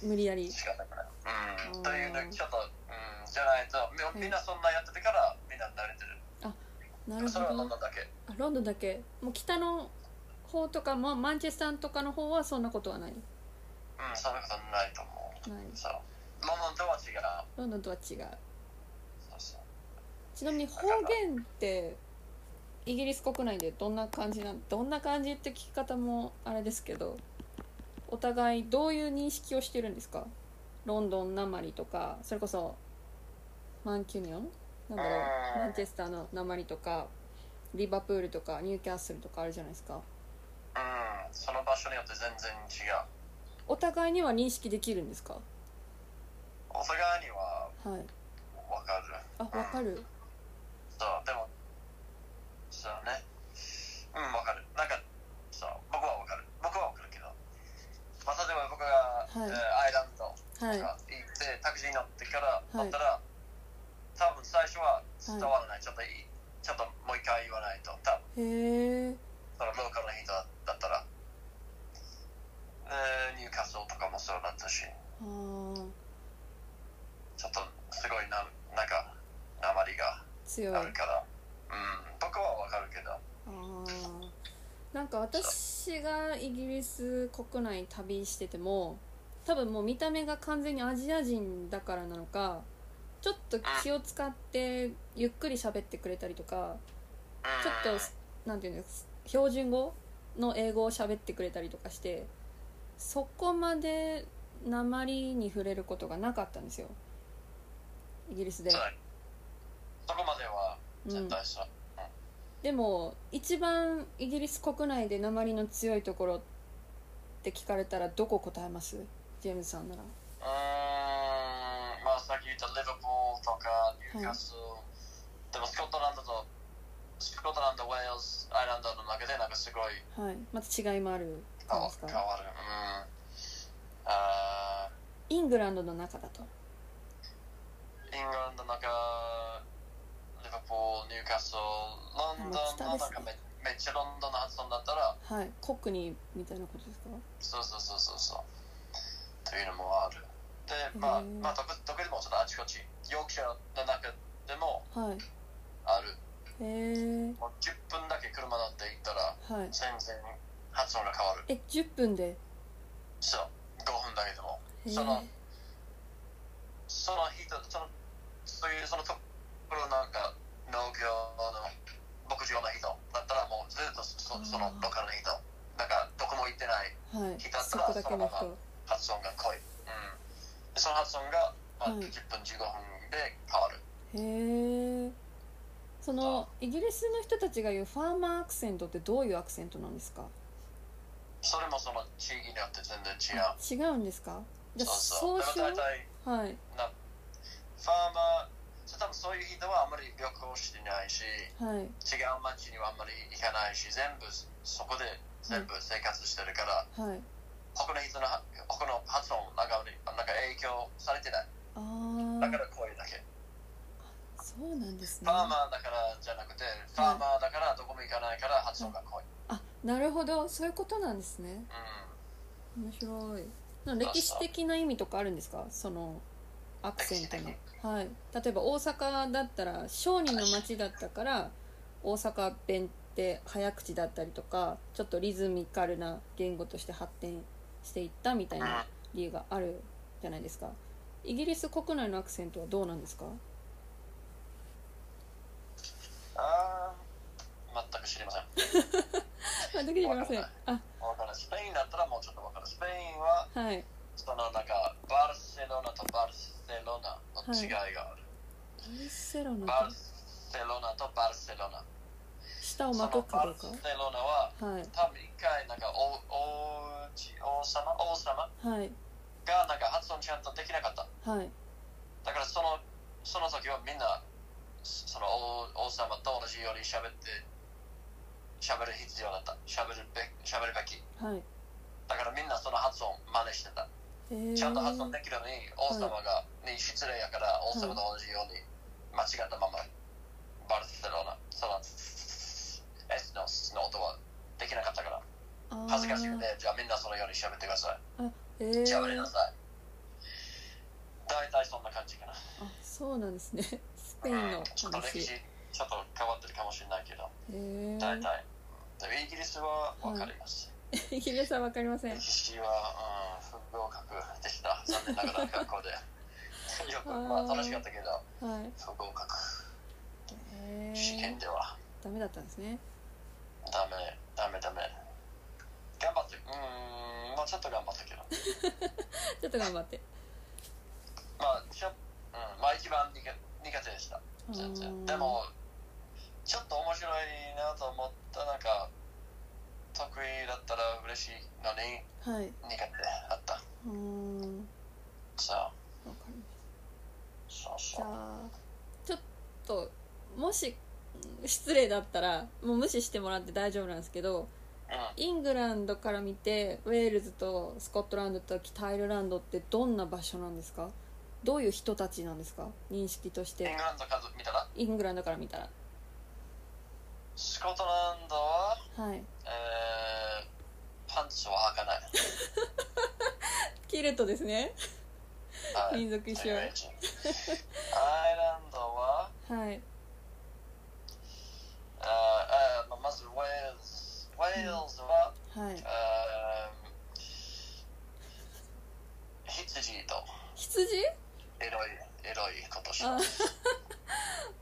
Speaker 1: 無理やり
Speaker 2: 仕方ないうん
Speaker 1: うん
Speaker 2: というのちょっと、うん、じゃないとみ
Speaker 1: ん
Speaker 2: みんなそんなやっててからみんな慣れてる
Speaker 1: なる
Speaker 2: そ
Speaker 1: ほ
Speaker 2: れはロン
Speaker 1: ど
Speaker 2: ドンだけ
Speaker 1: あロンドンだけもう北の方とか、ま、マンチェスターとかの方はそんなことはない
Speaker 2: うんそんなことないと思う
Speaker 1: ない
Speaker 2: そう。モモンとは違う。
Speaker 1: ロンドンとは違う
Speaker 2: そうそう。
Speaker 1: ちなみに方言ってイギリス国内でどんな感じなんどんな感じって聞き方もあれですけどお互いどういう認識をしてるんですかロンドンなまりとかそれこそマンキュニオンなんだろう
Speaker 2: うん
Speaker 1: マンチェスターのなまりとかリバプールとかニューキャッスルとかあるじゃないですか
Speaker 2: うん。その場所によって全然違う。
Speaker 1: お互いには認識できるんですか
Speaker 2: お互いには
Speaker 1: はい
Speaker 2: わかる。
Speaker 1: あわかる
Speaker 2: そう、でも、そうね。うん、わかる。なんか、そう、僕はわかる。僕はわかるけど。まあ、例えば僕が、
Speaker 1: はい
Speaker 2: えーアイランド
Speaker 1: は
Speaker 2: と
Speaker 1: い
Speaker 2: か行って、タクシーに乗ってから、
Speaker 1: い
Speaker 2: 乗ったら、多分最初は伝わらない。ちょっといい。ちょっともう一回言わないと。多分
Speaker 1: へえ
Speaker 2: そのローカルの人だったら、えーニューカッスルとかもそうだったし、
Speaker 1: あー
Speaker 2: ちょっとすごいな、なんか、鉛が
Speaker 1: 強い
Speaker 2: あるから、うん、僕はわかるけど、
Speaker 1: あーなんか私がイギリス国内旅してても多分もう見た目が完全にアジア人だからなのかちょっと気を使ってゆっくり喋ってくれたりとか
Speaker 2: うん、
Speaker 1: ちょっとなんていうんです標準語の英語を喋ってくれたりとかしてそこまで鉛に触れることがなかったんですよイギリスで
Speaker 2: そ。うそこまでは
Speaker 1: う
Speaker 2: 絶
Speaker 1: ん
Speaker 2: 対そう、
Speaker 1: でも一番イギリス国内で鉛の強いところって聞かれたらどこ答えますジェームズさんなら
Speaker 2: うーんまあさっき言ったリバプールとかニューカッスル、でもスコットランドとスコットランドウェールズアイランドの中でなんかすごい
Speaker 1: はいまた違いもある
Speaker 2: 変
Speaker 1: 感じ
Speaker 2: わ
Speaker 1: です
Speaker 2: 変
Speaker 1: か
Speaker 2: わるうんあ
Speaker 1: イングランドの中だと
Speaker 2: ーイングランドの中リバプールニューカッスルロンドンの
Speaker 1: もう北です
Speaker 2: 中
Speaker 1: ね
Speaker 2: め,、めっちゃロンドンの発音だったら
Speaker 1: はいコックニーみたいなことですか
Speaker 2: そうそうそうそうそう。というのもある。で、
Speaker 1: う
Speaker 2: まあ、
Speaker 1: ん
Speaker 2: まあ、どこどこでもそのあちこち、ヨークシャーの中でも
Speaker 1: はい
Speaker 2: ある。
Speaker 1: へえ
Speaker 2: もう10分だけ車乗って行ったら、
Speaker 1: はい
Speaker 2: 全然発音が変わる。
Speaker 1: え10分で
Speaker 2: そう、5分だけでも。
Speaker 1: へえ
Speaker 2: そのその人、その、そういう、そのところなんか、農業の牧場の人だったら、もうずっとそそのローカルの人、なんか、どこも行ってな
Speaker 1: は
Speaker 2: い
Speaker 1: い
Speaker 2: ひたす
Speaker 1: そ
Speaker 2: ら
Speaker 1: こだけの
Speaker 2: そ
Speaker 1: 人
Speaker 2: 発音が濃い。うん。でその発音が、まあ、
Speaker 1: はい
Speaker 2: 10分、15分で変わる。
Speaker 1: へえそのイギリスの人たちが言うファーマーアクセントってどういうアクセントなんですか
Speaker 2: それもその地域によって全然
Speaker 1: 違
Speaker 2: 違う。
Speaker 1: うんですかじゃあ
Speaker 2: そうそう。
Speaker 1: 総
Speaker 2: だ
Speaker 1: 称
Speaker 2: から
Speaker 1: は
Speaker 2: 大体
Speaker 1: い
Speaker 2: なファーマー、そう多分そういう人はあんまり旅行してないし、
Speaker 1: はい
Speaker 2: 違う町にはあんまり行かないし、全部そこで全部生活してるから、
Speaker 1: はい
Speaker 2: 他の人のは他の発音なんかになんか影響されてない。
Speaker 1: あ
Speaker 2: だから声だけ。
Speaker 1: あそうなんです
Speaker 2: フ
Speaker 1: ね
Speaker 2: ァーマーだからじゃなくて、ファーマーだからどこも行かないから発音が濃い。
Speaker 1: あなるほどそういうことなんですね
Speaker 2: うん。
Speaker 1: 面白いなんか歴史的な意味とかあるんですかそのアクセント
Speaker 2: 歴史
Speaker 1: のはい例えば大阪だったら商人の町だったから大阪弁って早口だったりとかちょっとリズミカルな言語として発展していったみたいな理由があるじゃないですかイギリス国内のアクセントはどうなんです か
Speaker 2: あー全く知りません。
Speaker 1: 全く知りませんあ
Speaker 2: わからないスペインだったらもうちょっとわからない。スペインは、
Speaker 1: はい
Speaker 2: そのなんか、バルセロナとバルセロナの違いがある。
Speaker 1: バルセロナ
Speaker 2: バルセロナとバルセロナ。
Speaker 1: 下を
Speaker 2: そ
Speaker 1: まとく
Speaker 2: のバル
Speaker 1: と
Speaker 2: セ
Speaker 1: か
Speaker 2: ロナは、
Speaker 1: はい
Speaker 2: 多分一回、なんか王、王子、王様、王様
Speaker 1: はい
Speaker 2: がなんか発音ちゃんとできなかった。
Speaker 1: はい
Speaker 2: だからその、その時はみんな、その王王様と同じように喋って、喋る必要だった。喋るべ、喋るべき。
Speaker 1: はい
Speaker 2: だからみんなその発音真似してた。
Speaker 1: えー
Speaker 2: ちゃんと発音できるのに王様が、に失礼やから王様と同じように間違ったままバルセロナその S のスの音はできなかったから恥ずかしいのでじゃあみんなそのように喋ってくださ
Speaker 1: え
Speaker 2: い
Speaker 1: ー
Speaker 2: 喋りなさい大体そんな感じかな
Speaker 1: あそうなんですねスペインの
Speaker 2: ちょっと
Speaker 1: 話
Speaker 2: 歴史ちょっと変わってるかもしれないけど
Speaker 1: え
Speaker 2: 大体でもイギリスは分かります、
Speaker 1: ー、イギリスはわかりません
Speaker 2: 歴史は、うん、不合格でした残なかなか学校で。 よく、まあ楽しかったけど、
Speaker 1: はい
Speaker 2: 不合格。
Speaker 1: へ
Speaker 2: 試験
Speaker 1: え
Speaker 2: では、
Speaker 1: ダメだったんですね
Speaker 2: ダメ、ダメ、ダメ。頑張って、うーん、まあちょっと頑張ったけど。
Speaker 1: ちょっと頑張って
Speaker 2: まあ、ちょうん、まあ一番苦苦手でした。
Speaker 1: う
Speaker 2: 全
Speaker 1: ーん
Speaker 2: 然でもちょっと面白いなと思ったなんか得意だったら嬉しいのに
Speaker 1: はいう
Speaker 2: 苦手だった
Speaker 1: ーんわ
Speaker 2: そう
Speaker 1: かりま
Speaker 2: そう
Speaker 1: し
Speaker 2: そ
Speaker 1: た
Speaker 2: う
Speaker 1: ちょっともし失礼だったらもう無視してもらって大丈夫なんですけど
Speaker 2: うん
Speaker 1: イングランドから見てウェールズとスコットランドと北アイルランドってどんな場所なんですかどういう人たちなんですか認識とし
Speaker 2: イン
Speaker 1: て
Speaker 2: グランド数見たら
Speaker 1: イングランドから見たら
Speaker 2: スコットランドは、
Speaker 1: はい
Speaker 2: えー、パンツは履かない、
Speaker 1: キルトですね
Speaker 2: はい、
Speaker 1: 民族衣
Speaker 2: そういうイメー
Speaker 1: 装
Speaker 2: ジアイルランドは
Speaker 1: はい
Speaker 2: あーあーまあまずウェールズウェールズは、
Speaker 1: はい
Speaker 2: あー羊と
Speaker 1: 羊
Speaker 2: エロいエロいことします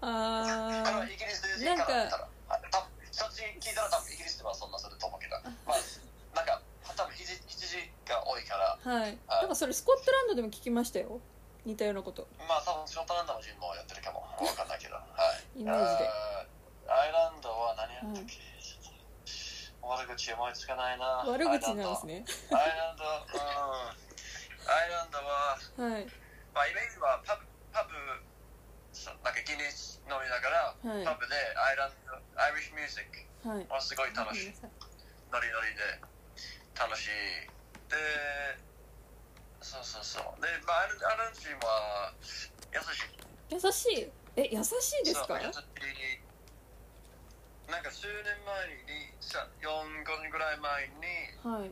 Speaker 1: あ
Speaker 2: あ
Speaker 1: あ
Speaker 2: のイギリス人からだったら、あ多分そっち聞いたら多分イギリスではそんなすると思うけど、まあ、なんか、多分羊羊が多いから、
Speaker 1: ーはいなんかそれスコットランドでも聞きましたよ似たようなこと
Speaker 2: まあ、多分スコットランドの人もやってるかも、わかんないけ ど、はい。
Speaker 1: イメージで
Speaker 2: あーアイランドは何やったっけ、悪口思いつかないな。
Speaker 1: 悪口なんですね
Speaker 2: アイランド。アイランド、うん。アイ
Speaker 1: はい
Speaker 2: ランドは、まあ、イメージはパブ、パブ、そなんかギネス飲みながら、
Speaker 1: はい
Speaker 2: パブでアイランド、アイリッシュミュージック
Speaker 1: はい
Speaker 2: はすごい楽しい。ノリノリで楽しいでそうそうそうで、まあ、アルアルンチンは優しい
Speaker 1: 優しいえ優しいです
Speaker 2: そう
Speaker 1: か
Speaker 2: 優しいなんか数年前に45年ぐらい前に
Speaker 1: はい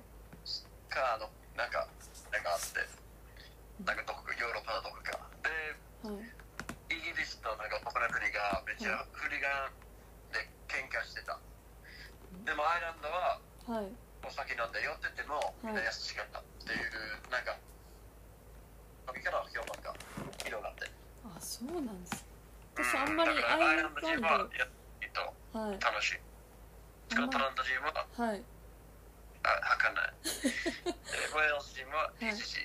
Speaker 2: カーのなんかなんかあってなんかどこかヨーロッパのどこかで
Speaker 1: はい
Speaker 2: イギリスとなんか他の国がめっちゃフリガンで喧嘩してたでもアイランドは
Speaker 1: はい
Speaker 2: お酒飲んで酔っててもみんな優しかったっていう、なんか飲みから評判が広がって
Speaker 1: あそうなんです私あんまり
Speaker 2: うだ
Speaker 1: ア
Speaker 2: から
Speaker 1: イランド
Speaker 2: アイランド人はやっと
Speaker 1: はい
Speaker 2: 楽しいスコットランド人は
Speaker 1: はい
Speaker 2: あはかない えウェールズ人は一時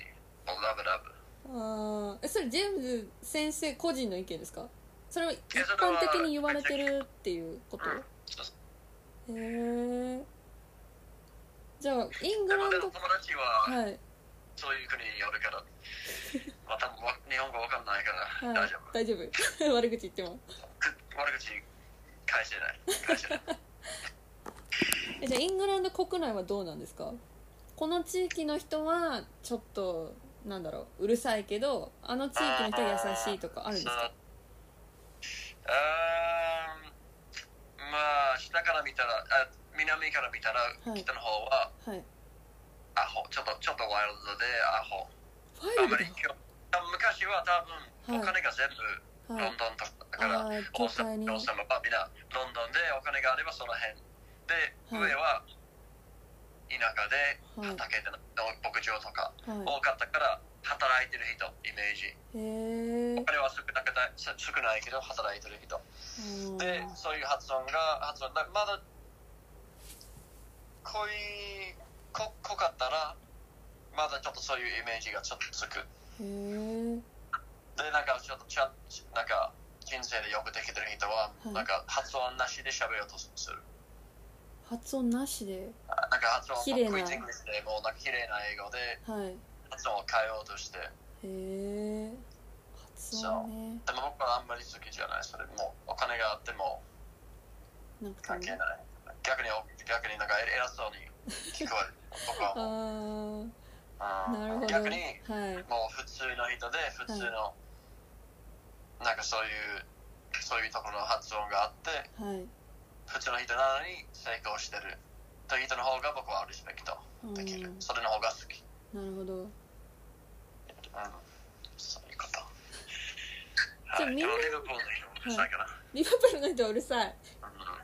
Speaker 2: もうラブラブ
Speaker 1: あーえそれジェームズ先生個人の意見ですかそれを一
Speaker 2: やそれは
Speaker 1: 般的に言われてるっていうこと
Speaker 2: うんそうそう
Speaker 1: へえじゃあイング
Speaker 2: で
Speaker 1: ラン
Speaker 2: もで
Speaker 1: ド
Speaker 2: も友達は
Speaker 1: はい
Speaker 2: そういう国におるから、またもう日本語わかんないから
Speaker 1: は
Speaker 2: 大
Speaker 1: い
Speaker 2: 丈夫、
Speaker 1: 大丈夫 悪口言っても
Speaker 2: く悪口返してない返してない
Speaker 1: えじゃあイングランド国内はどうなんですかこの地域の人はちょっとなんだろううるさいけどあの地域の人は優しいとかあるんですか
Speaker 2: そううーんまあ下から見たらあ南から見たら
Speaker 1: はい
Speaker 2: 北の方は
Speaker 1: はい
Speaker 2: アホ、ちょっとちょっとワイルドでアホ
Speaker 1: フ
Speaker 2: あ
Speaker 1: ァイ
Speaker 2: んま
Speaker 1: ル
Speaker 2: り
Speaker 1: だ
Speaker 2: 興昔は多分
Speaker 1: はい
Speaker 2: お金が全部
Speaker 1: は
Speaker 2: ロ
Speaker 1: い
Speaker 2: ンドンとかだか
Speaker 1: ああ
Speaker 2: ら、王
Speaker 1: 教
Speaker 2: 様
Speaker 1: 会に
Speaker 2: 王様はみんなロンドンでお金があればその辺
Speaker 1: はい
Speaker 2: で、上は田
Speaker 1: は
Speaker 2: 舎で
Speaker 1: い
Speaker 2: 畑での牧場とか、
Speaker 1: は
Speaker 2: 多かったから働いてる人イメ
Speaker 1: い
Speaker 2: ージ
Speaker 1: へえ
Speaker 2: お金は少なくない少ないけど働いてる人
Speaker 1: うん
Speaker 2: でそういう発音が発音だまだ濃いこ濃かったらまだちょっとそういうイメージがちょっとつく
Speaker 1: へえ
Speaker 2: でなんかちょっとちゃんなんか人生でよくできてる人は、
Speaker 1: はい
Speaker 2: なんか発音なしで喋ようとする
Speaker 1: 発音なしで
Speaker 2: あなんか発音
Speaker 1: 綺麗な
Speaker 2: クイズングリッシュでもうなんか綺麗な英語で
Speaker 1: はい
Speaker 2: 発音を変えようとして
Speaker 1: へえ発音ね
Speaker 2: でも僕はあんまり好きじゃないそれもうお金があっても
Speaker 1: なんか
Speaker 2: 関係ない逆に逆になんか偉そうに聞こえる僕は
Speaker 1: あ ー
Speaker 2: うん
Speaker 1: なるほど
Speaker 2: 逆に
Speaker 1: はい
Speaker 2: もう普通の人で普通の、なんかそういうそういうところの発音があって
Speaker 1: はい
Speaker 2: 普通の人なのに成功してるという人の方が僕はリスペクト
Speaker 1: うん
Speaker 2: できる、それの方が好き、
Speaker 1: なるほど
Speaker 2: うん、そういうこと
Speaker 1: じゃあ
Speaker 2: はい
Speaker 1: みん
Speaker 2: で
Speaker 1: な
Speaker 2: もリブポールの人うるさいから、
Speaker 1: リバプールの人はうるさい
Speaker 2: うん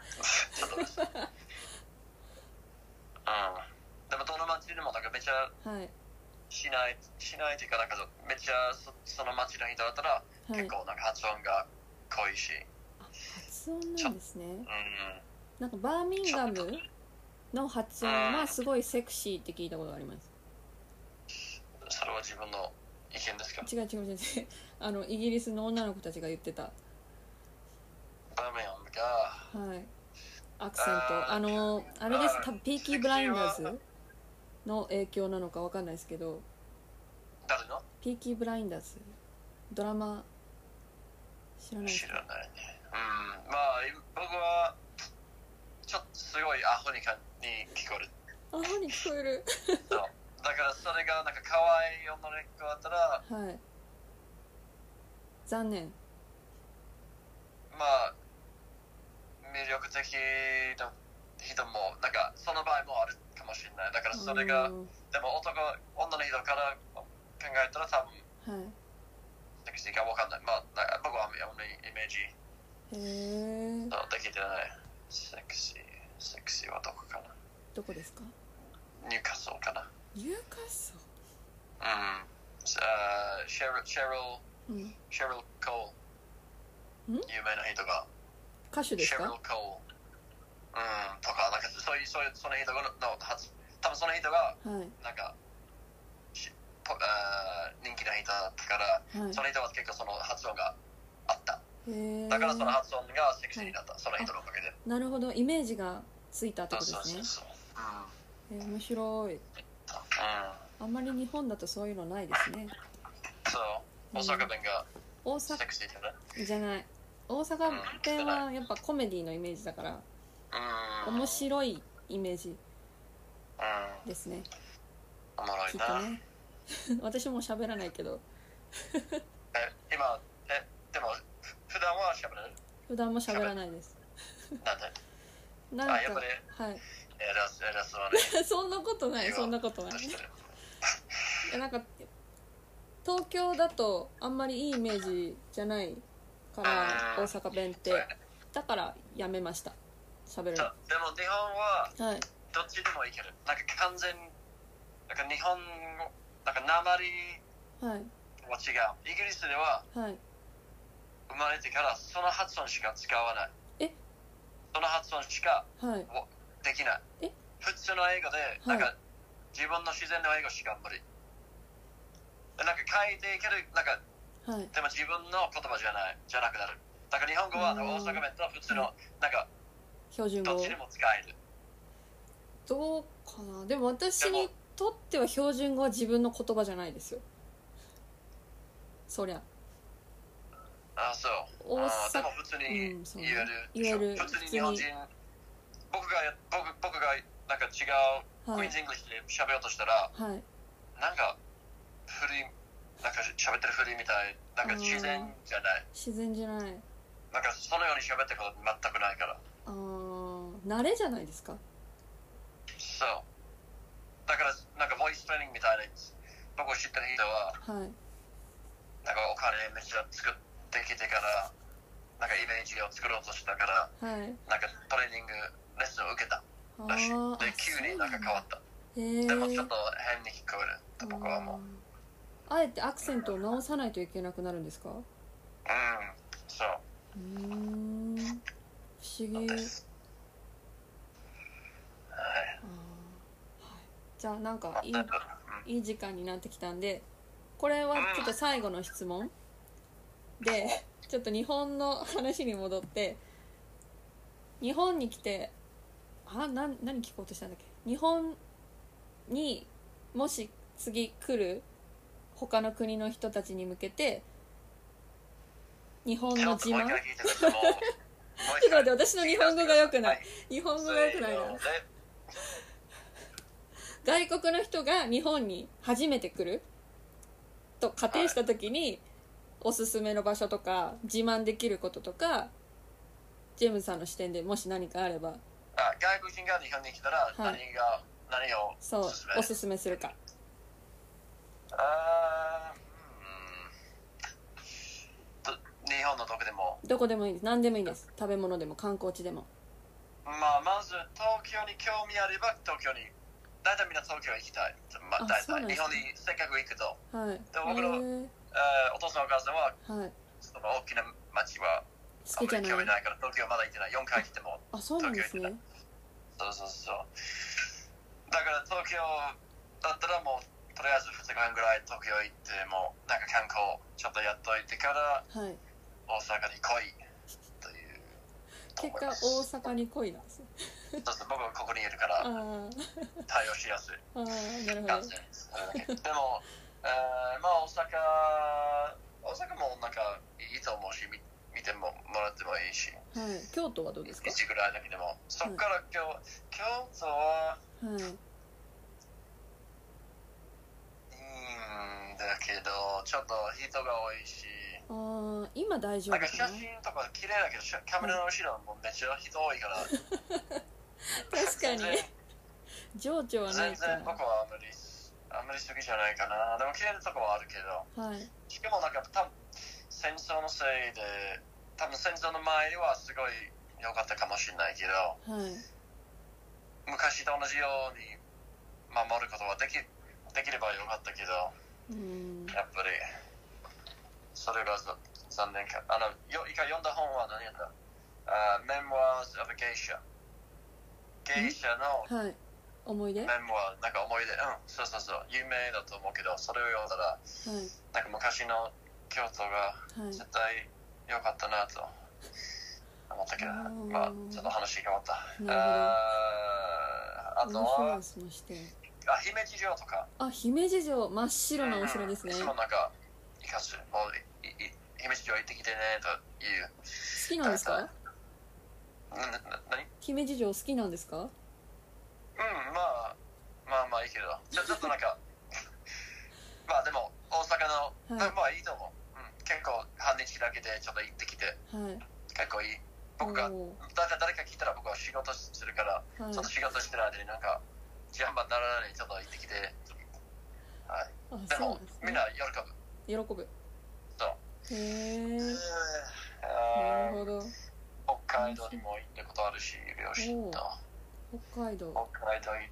Speaker 2: ちょっとうるさいうんでもどの街でもなんかめちゃ
Speaker 1: はい
Speaker 2: 静しないしないというかなんかめっちゃそその町の人だったら
Speaker 1: は
Speaker 2: 結
Speaker 1: い
Speaker 2: 構なんか発音が濃いし、
Speaker 1: 発音なんですね
Speaker 2: うん
Speaker 1: なんかバーミンガムの発音はすごいセクシーって聞いたことがあります
Speaker 2: それは自分の意見ですか
Speaker 1: 違う違う違う違うあのイギリスの女の子たちが言ってた
Speaker 2: バーミヤムが
Speaker 1: はいアクセン
Speaker 2: あ
Speaker 1: ト
Speaker 2: ー
Speaker 1: あのあれです
Speaker 2: あー
Speaker 1: 多分ピーキーブラインダーズの影響なのかわかんないですけど
Speaker 2: 誰の
Speaker 1: ピーキーブラインダーズドラマ知らないです
Speaker 2: 知
Speaker 1: から
Speaker 2: ないねうんまあ僕はちょっとすごいアホにかに聞こえる
Speaker 1: あほに聞こえる
Speaker 2: そうだからそれがなんか可愛い女の子だったら
Speaker 1: はい残念
Speaker 2: まあ魅力的な人もなんかその場合もあるかもしれないだからそれが
Speaker 1: あの
Speaker 2: でも男女の人から考えたら多分
Speaker 1: ーはい
Speaker 2: セクシーかわかんないまあなんか僕はあんまりイメージ
Speaker 1: へえ
Speaker 2: あできてないセクシーセクシーはどこかな
Speaker 1: どこですか
Speaker 2: ニューカッソルかな
Speaker 1: ニューカッソ
Speaker 2: うんさあシェルシェル
Speaker 1: ル、うん、
Speaker 2: シェル・コー
Speaker 1: ん
Speaker 2: ル有名な人が
Speaker 1: 歌手です
Speaker 2: シェル・
Speaker 1: か
Speaker 2: コールうんとかなんかそういうそういうその人がの発多分その人
Speaker 1: は
Speaker 2: が
Speaker 1: い
Speaker 2: なんかしポあー人気な人だったから
Speaker 1: はい
Speaker 2: その人は結構その発音があった
Speaker 1: へえ
Speaker 2: だからその発音がセクシーになったその人のおかげで
Speaker 1: なるほどイメージがついたって
Speaker 2: そう
Speaker 1: こと
Speaker 2: そう
Speaker 1: です
Speaker 2: そ
Speaker 1: ね
Speaker 2: うそうう
Speaker 1: えー面白い
Speaker 2: んうん
Speaker 1: あんまり日本だとそういうのないですね
Speaker 2: そう大阪弁が
Speaker 1: 大
Speaker 2: セ
Speaker 1: 阪
Speaker 2: クシーだね
Speaker 1: じゃない大阪弁はやっぱコメディのイメージだから
Speaker 2: うん
Speaker 1: 面白いイメージ
Speaker 2: うん
Speaker 1: ですね
Speaker 2: おもろい
Speaker 1: きっ
Speaker 2: な
Speaker 1: とね 私も喋らないけど
Speaker 2: え今えでもふ普段は喋れる
Speaker 1: 普段も喋らないです
Speaker 2: なんで
Speaker 1: なんか
Speaker 2: あやっぱり
Speaker 1: はい
Speaker 2: 偉そう偉そうに
Speaker 1: そんなことない
Speaker 2: いや
Speaker 1: そんなことない
Speaker 2: としてる
Speaker 1: いやなんか東京だとあんまりいいイメージじゃないから
Speaker 2: うん
Speaker 1: 大阪弁って
Speaker 2: そうやね
Speaker 1: だからやめました喋る
Speaker 2: そうでも日本は
Speaker 1: のはい
Speaker 2: どっちでもいけるなんか完全なんか日本語なんか鉛
Speaker 1: はい
Speaker 2: は違うイギリスでは
Speaker 1: はい
Speaker 2: 生まれてからその発音しか使わない
Speaker 1: え
Speaker 2: その発音しか
Speaker 1: はい
Speaker 2: できない
Speaker 1: え
Speaker 2: 普通の英語で、なんか自分の自然の英語しか無理なんか書いていけるなんか
Speaker 1: はい
Speaker 2: でも自分の言葉じゃないじゃなくなるだから日本語は
Speaker 1: うん
Speaker 2: 大阪弁と普通のなんか
Speaker 1: 標準
Speaker 2: どっ
Speaker 1: 語
Speaker 2: ちにも使える
Speaker 1: どうかなでも私
Speaker 2: で
Speaker 1: に
Speaker 2: も
Speaker 1: とっては標準語は自分の言葉じゃないですよそりゃ
Speaker 2: あそ
Speaker 1: 大
Speaker 2: う
Speaker 1: 阪
Speaker 2: あーでも普通に
Speaker 1: うんそう
Speaker 2: 言える、
Speaker 1: 言える
Speaker 2: 普通に日本
Speaker 1: 普
Speaker 2: 人
Speaker 1: 通
Speaker 2: 僕が僕僕がなんか違うク
Speaker 1: は
Speaker 2: イー
Speaker 1: い
Speaker 2: ンズ・イングリッシュで喋ろうとしたら、
Speaker 1: はい
Speaker 2: なんか振りなんか喋ってる振りみたいなんか自然じゃない
Speaker 1: 自然じゃない
Speaker 2: なんかそのように喋ってること全くないから
Speaker 1: あー慣れじゃないですか
Speaker 2: そう。だから、なんかボイストレーニングみたいなやつ、僕を知ってる人は、
Speaker 1: はい
Speaker 2: なんかお金めっちゃ作ってきてから、なんかイメージを作ろうとしたから、
Speaker 1: はい
Speaker 2: なんかトレーニング、レッスンを受けた
Speaker 1: あ
Speaker 2: らしい。
Speaker 1: ー
Speaker 2: で、急になんか変わった。
Speaker 1: へ
Speaker 2: でも
Speaker 1: え
Speaker 2: ちょっと変に聞こえる。僕はもう、
Speaker 1: あえてアクセントを直さないといけなくなるんですかう
Speaker 2: うん、そう
Speaker 1: ーん不思議
Speaker 2: です。はい。
Speaker 1: あーはいじゃあなんかいい
Speaker 2: なんか
Speaker 1: いい時間になってきたんでこれはちょっと最後の質問でちょっと日本の話に戻って日本に来てあなん何聞こうとしたんだっけ日本にもし次来る他の国の人たちに向けて日本
Speaker 2: うん、ち
Speaker 1: の
Speaker 2: ょっと
Speaker 1: 自
Speaker 2: も
Speaker 1: 慢
Speaker 2: う一回聞いてくだ さい。もうもう
Speaker 1: ちょっと待っ
Speaker 2: 一回
Speaker 1: て私の日本語が良くない
Speaker 2: は
Speaker 1: 日本語が良くないな
Speaker 2: せーので
Speaker 1: 外国の人が日本に初めて来ると仮定した時に、おすすめの場所とか自慢できることとかジェームズさんの視点でもし何かあれば
Speaker 2: あ外国人が日本に来たら、何が、何を
Speaker 1: そう
Speaker 2: おすすめ
Speaker 1: おすすめするか
Speaker 2: あーうんと日本のどこでも、
Speaker 1: どこでもいいです何でもいいです食べ物でも観光地でも
Speaker 2: まあ、まず東京に興味あれば東京に大体みんな東京行きたい
Speaker 1: あ
Speaker 2: まあ、大
Speaker 1: そうなん
Speaker 2: 体
Speaker 1: で
Speaker 2: 日
Speaker 1: すね
Speaker 2: 本にせっかく行くと、
Speaker 1: はい
Speaker 2: で僕の
Speaker 1: へー
Speaker 2: えーお父さんお母さんは
Speaker 1: はい
Speaker 2: その大きな町はあ
Speaker 1: 好き
Speaker 2: ん
Speaker 1: じゃ
Speaker 2: ま
Speaker 1: ない
Speaker 2: り興味ないから東京はまだ行ってない4回来ても
Speaker 1: あそうなんですね
Speaker 2: そうそうそうだから東京だったらもうとりあえず2日間ぐらい東京行ってもうなんか観光ちょっとやっといてか
Speaker 1: は
Speaker 2: ら
Speaker 1: い
Speaker 2: 大阪に来いという
Speaker 1: 結果
Speaker 2: そう
Speaker 1: 大阪に来いなんですね
Speaker 2: そう僕はここにいるから
Speaker 1: あー
Speaker 2: 対応しやすい
Speaker 1: あーなるほ
Speaker 2: 感
Speaker 1: ど
Speaker 2: じです、でも、えーまあ大阪大阪もなんかいいと思うし見見てももらってもいいし
Speaker 1: はい京都はどうですか
Speaker 2: 1ぐらいだけでもそっから今日、京都
Speaker 1: は
Speaker 2: は
Speaker 1: い
Speaker 2: うんだけどちょっと人が多いし
Speaker 1: あー今大丈
Speaker 2: なん
Speaker 1: 夫
Speaker 2: か
Speaker 1: か
Speaker 2: 写
Speaker 1: な
Speaker 2: 真とか綺麗だけどしカメラの後ろもめっちゃ人多いから
Speaker 1: 確かに
Speaker 2: 全然
Speaker 1: 情緒はな
Speaker 2: 全
Speaker 1: いか
Speaker 2: 然僕
Speaker 1: ら
Speaker 2: はあんまりあんまり好きじゃないかなでも綺麗なとこはあるけど
Speaker 1: はい
Speaker 2: しかもなんか多分戦争のせいで多分戦争の前はすごい良かったかもしれないけど
Speaker 1: はい
Speaker 2: 昔と同じように守ることはできできれば良かったけど
Speaker 1: うん
Speaker 2: やっぱりそれがざ残念かあのよ一回読んだ本は何やったあ Memoirs of a Geisha 芸者の
Speaker 1: はい思い出
Speaker 2: メ
Speaker 1: はい
Speaker 2: モはなんか思い出うんそうそうそう有名だと思うけどそれを読んだらなんか昔の京都が
Speaker 1: はい
Speaker 2: 絶対良かったなと思ったけど、
Speaker 1: うん
Speaker 2: まあちょっと話変わった
Speaker 1: なるほど
Speaker 2: あーあと
Speaker 1: お
Speaker 2: は
Speaker 1: 話しまして
Speaker 2: あ姫路城とか
Speaker 1: あ姫路城真っ白なお城ですね
Speaker 2: うんその
Speaker 1: 好
Speaker 2: 中、いかす、もう、いい姫路城行ってきてね、という。
Speaker 1: きなんですか
Speaker 2: な、な、なに
Speaker 1: 姫路城好きなんですか
Speaker 2: うん、まあ、まあまあいいけど、ちょちょっとなんか、 まあでも、大阪の、
Speaker 1: はい
Speaker 2: まあいいと思う。うん、結構、半日だけでちょっと行ってきて、
Speaker 1: はい
Speaker 2: 結構いい。
Speaker 1: お
Speaker 2: 僕が、
Speaker 1: ー
Speaker 2: だ誰か聞いたら僕は仕事するから、
Speaker 1: はい
Speaker 2: ちょっと仕事してる間になんか、ジャンバーならないでちょっと行ってきて、はい。
Speaker 1: あ
Speaker 2: で
Speaker 1: そうな
Speaker 2: も
Speaker 1: んです、
Speaker 2: みん
Speaker 1: ね
Speaker 2: な喜ぶ。
Speaker 1: 喜ぶ
Speaker 2: そ
Speaker 1: へ
Speaker 2: う
Speaker 1: え
Speaker 2: うん
Speaker 1: な
Speaker 2: あ
Speaker 1: る
Speaker 2: ー
Speaker 1: ほど
Speaker 2: 北海道にも行ったことあるし両親と
Speaker 1: 北海道
Speaker 2: 北海道行っ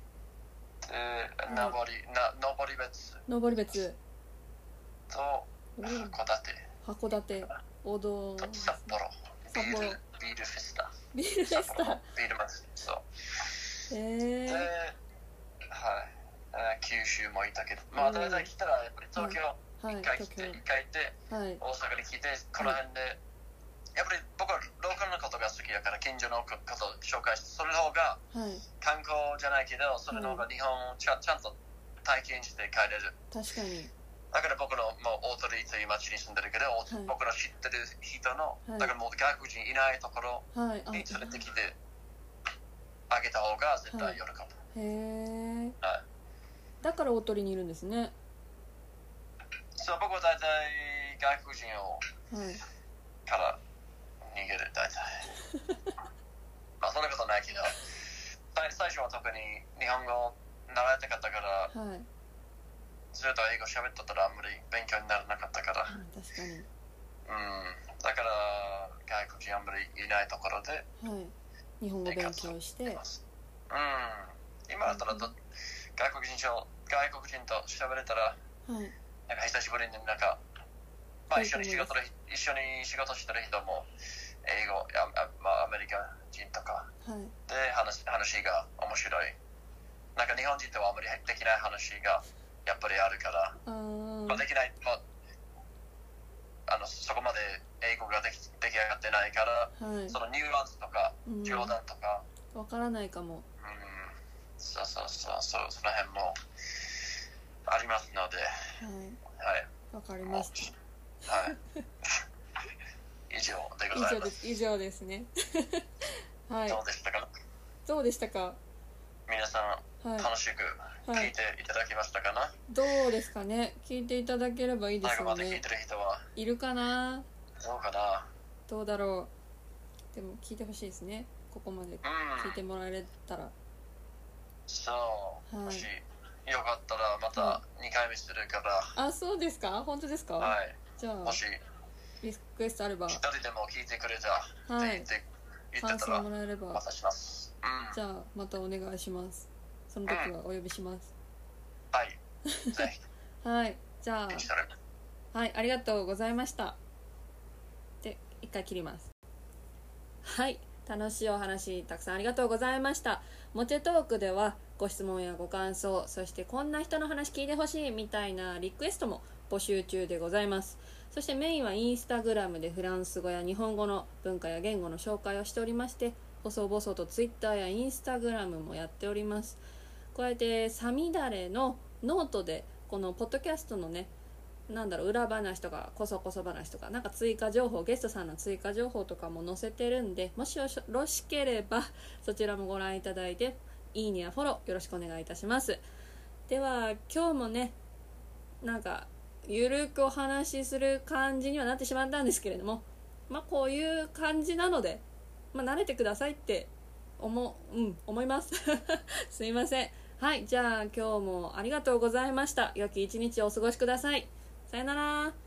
Speaker 2: て登り、な登り別
Speaker 1: 登別おー
Speaker 2: と函館
Speaker 1: 函館お堂
Speaker 2: と札幌ビ
Speaker 1: 札
Speaker 2: ー
Speaker 1: 幌
Speaker 2: ルビールフェスタ
Speaker 1: ビールフェスタ
Speaker 2: ビール祭りそう
Speaker 1: へ
Speaker 2: で、
Speaker 1: え
Speaker 2: はいえー九州も行ったけどま
Speaker 1: うん
Speaker 2: あ大体来たらやっぱり東京
Speaker 1: はい
Speaker 2: 一回来
Speaker 1: 東
Speaker 2: て
Speaker 1: 京
Speaker 2: 一回行って
Speaker 1: はい
Speaker 2: 大阪に来てこの辺でやっぱり僕はローカルのことが好きやから近所のことを紹介してそれの方が
Speaker 1: はい
Speaker 2: 観光じゃないけどそれの方が日本をちゃ,、ん、ちゃんと体験して帰れる
Speaker 1: 確かに
Speaker 2: だから僕のもう大鳥居という町に住んでるけど、
Speaker 1: い
Speaker 2: 僕の知ってる人の、
Speaker 1: はい
Speaker 2: だからもう外国人いないところ
Speaker 1: はいあ
Speaker 2: に連れてきてあげた方が絶対喜ぶ、
Speaker 1: へえ
Speaker 2: はい
Speaker 1: だから大鳥にいるんですね
Speaker 2: そう僕は大体外国人を
Speaker 1: はい
Speaker 2: から逃げる大体まあそんなことないけど最最初は特に日本語を習いたかったから
Speaker 1: はい
Speaker 2: ずっと英語喋っとったらあんまり勉強にならなかったから
Speaker 1: あ確か
Speaker 2: うんだから外国人あんまりいないところで
Speaker 1: にはい日本語勉強して
Speaker 2: うん今だったらど外国人と外国人と喋れたら
Speaker 1: はい
Speaker 2: なんか久しぶりになんか、まあ、一緒に仕
Speaker 1: そう
Speaker 2: 事で一緒に仕事してる人も英語や、あまあ、アメリカ人とか
Speaker 1: はい
Speaker 2: で話話が面白いなんか日本人とはあんまりできない話がやっぱりあるから、
Speaker 1: あ
Speaker 2: ま
Speaker 1: ー
Speaker 2: あ、できない、まあ、あのそこまで英語ができ出来上がってないから
Speaker 1: はい
Speaker 2: そのニュアンスとか
Speaker 1: うん
Speaker 2: 冗談とか、
Speaker 1: わからないかも
Speaker 2: うんそうそうそうそうその辺もありますので
Speaker 1: はい
Speaker 2: はい
Speaker 1: わかり
Speaker 2: もう
Speaker 1: ました
Speaker 2: はい以上でご
Speaker 1: 以
Speaker 2: ざい
Speaker 1: 上
Speaker 2: ま
Speaker 1: ですす以上ですねはい
Speaker 2: どうでしたか
Speaker 1: どうでしたか
Speaker 2: 皆さ
Speaker 1: は
Speaker 2: ん楽しく
Speaker 1: いは
Speaker 2: 聞い
Speaker 1: い
Speaker 2: ていただけましたかな、
Speaker 1: どうですかね聞いていただければいいで
Speaker 2: 最
Speaker 1: す
Speaker 2: 後
Speaker 1: よ
Speaker 2: まで聞い
Speaker 1: ね
Speaker 2: てる人はい
Speaker 1: るかな
Speaker 2: どうかな
Speaker 1: どうだろうでも聞いてほしいですねここまで聞い
Speaker 2: うん
Speaker 1: てもらえたら
Speaker 2: そう、
Speaker 1: はい
Speaker 2: もしよかったらまた2回目するから、
Speaker 1: あそうですか本当ですか、
Speaker 2: はい、
Speaker 1: じゃあ
Speaker 2: もし
Speaker 1: リクエストあれば
Speaker 2: 一人でも聞いてくれたっ
Speaker 1: は
Speaker 2: て言
Speaker 1: い
Speaker 2: って,、言っ
Speaker 1: 感
Speaker 2: てた
Speaker 1: 想
Speaker 2: ら
Speaker 1: もらえれ
Speaker 2: ま
Speaker 1: ば
Speaker 2: たします、うん、
Speaker 1: じゃあまたお願いしますその時はお呼びします
Speaker 2: はいぜひ
Speaker 1: はいじゃ
Speaker 2: 気にしたら
Speaker 1: あはいありがとうございましたで一回切りますはい楽しいお話たくさんありがとうございましたモチェトークではご質問やご感想そしてこんな人の話聞いてほしいみたいなリクエストも募集中でございますそしてメインはインスタグラムでフランス語や日本語の文化や言語の紹介をしておりまして細々とツイッターやインスタグラムもやっております加えて「さみだれ」のノートでこのポッドキャストのねなんだろう裏話とかこそこそ話とかなんか追加情報ゲストさんの追加情報とかも載せてるんでもしよろしければそちらもご覧いただいていいねやフォローよろしくお願いいたしますでは今日もねなんかゆるくお話しする感じにはなってしまったんですけれどもまあこういう感じなので、まあ、慣れてくださいって思う、うん、思います すいませんはいじゃあ今日もありがとうございました良き一日をお過ごしくださいさよなら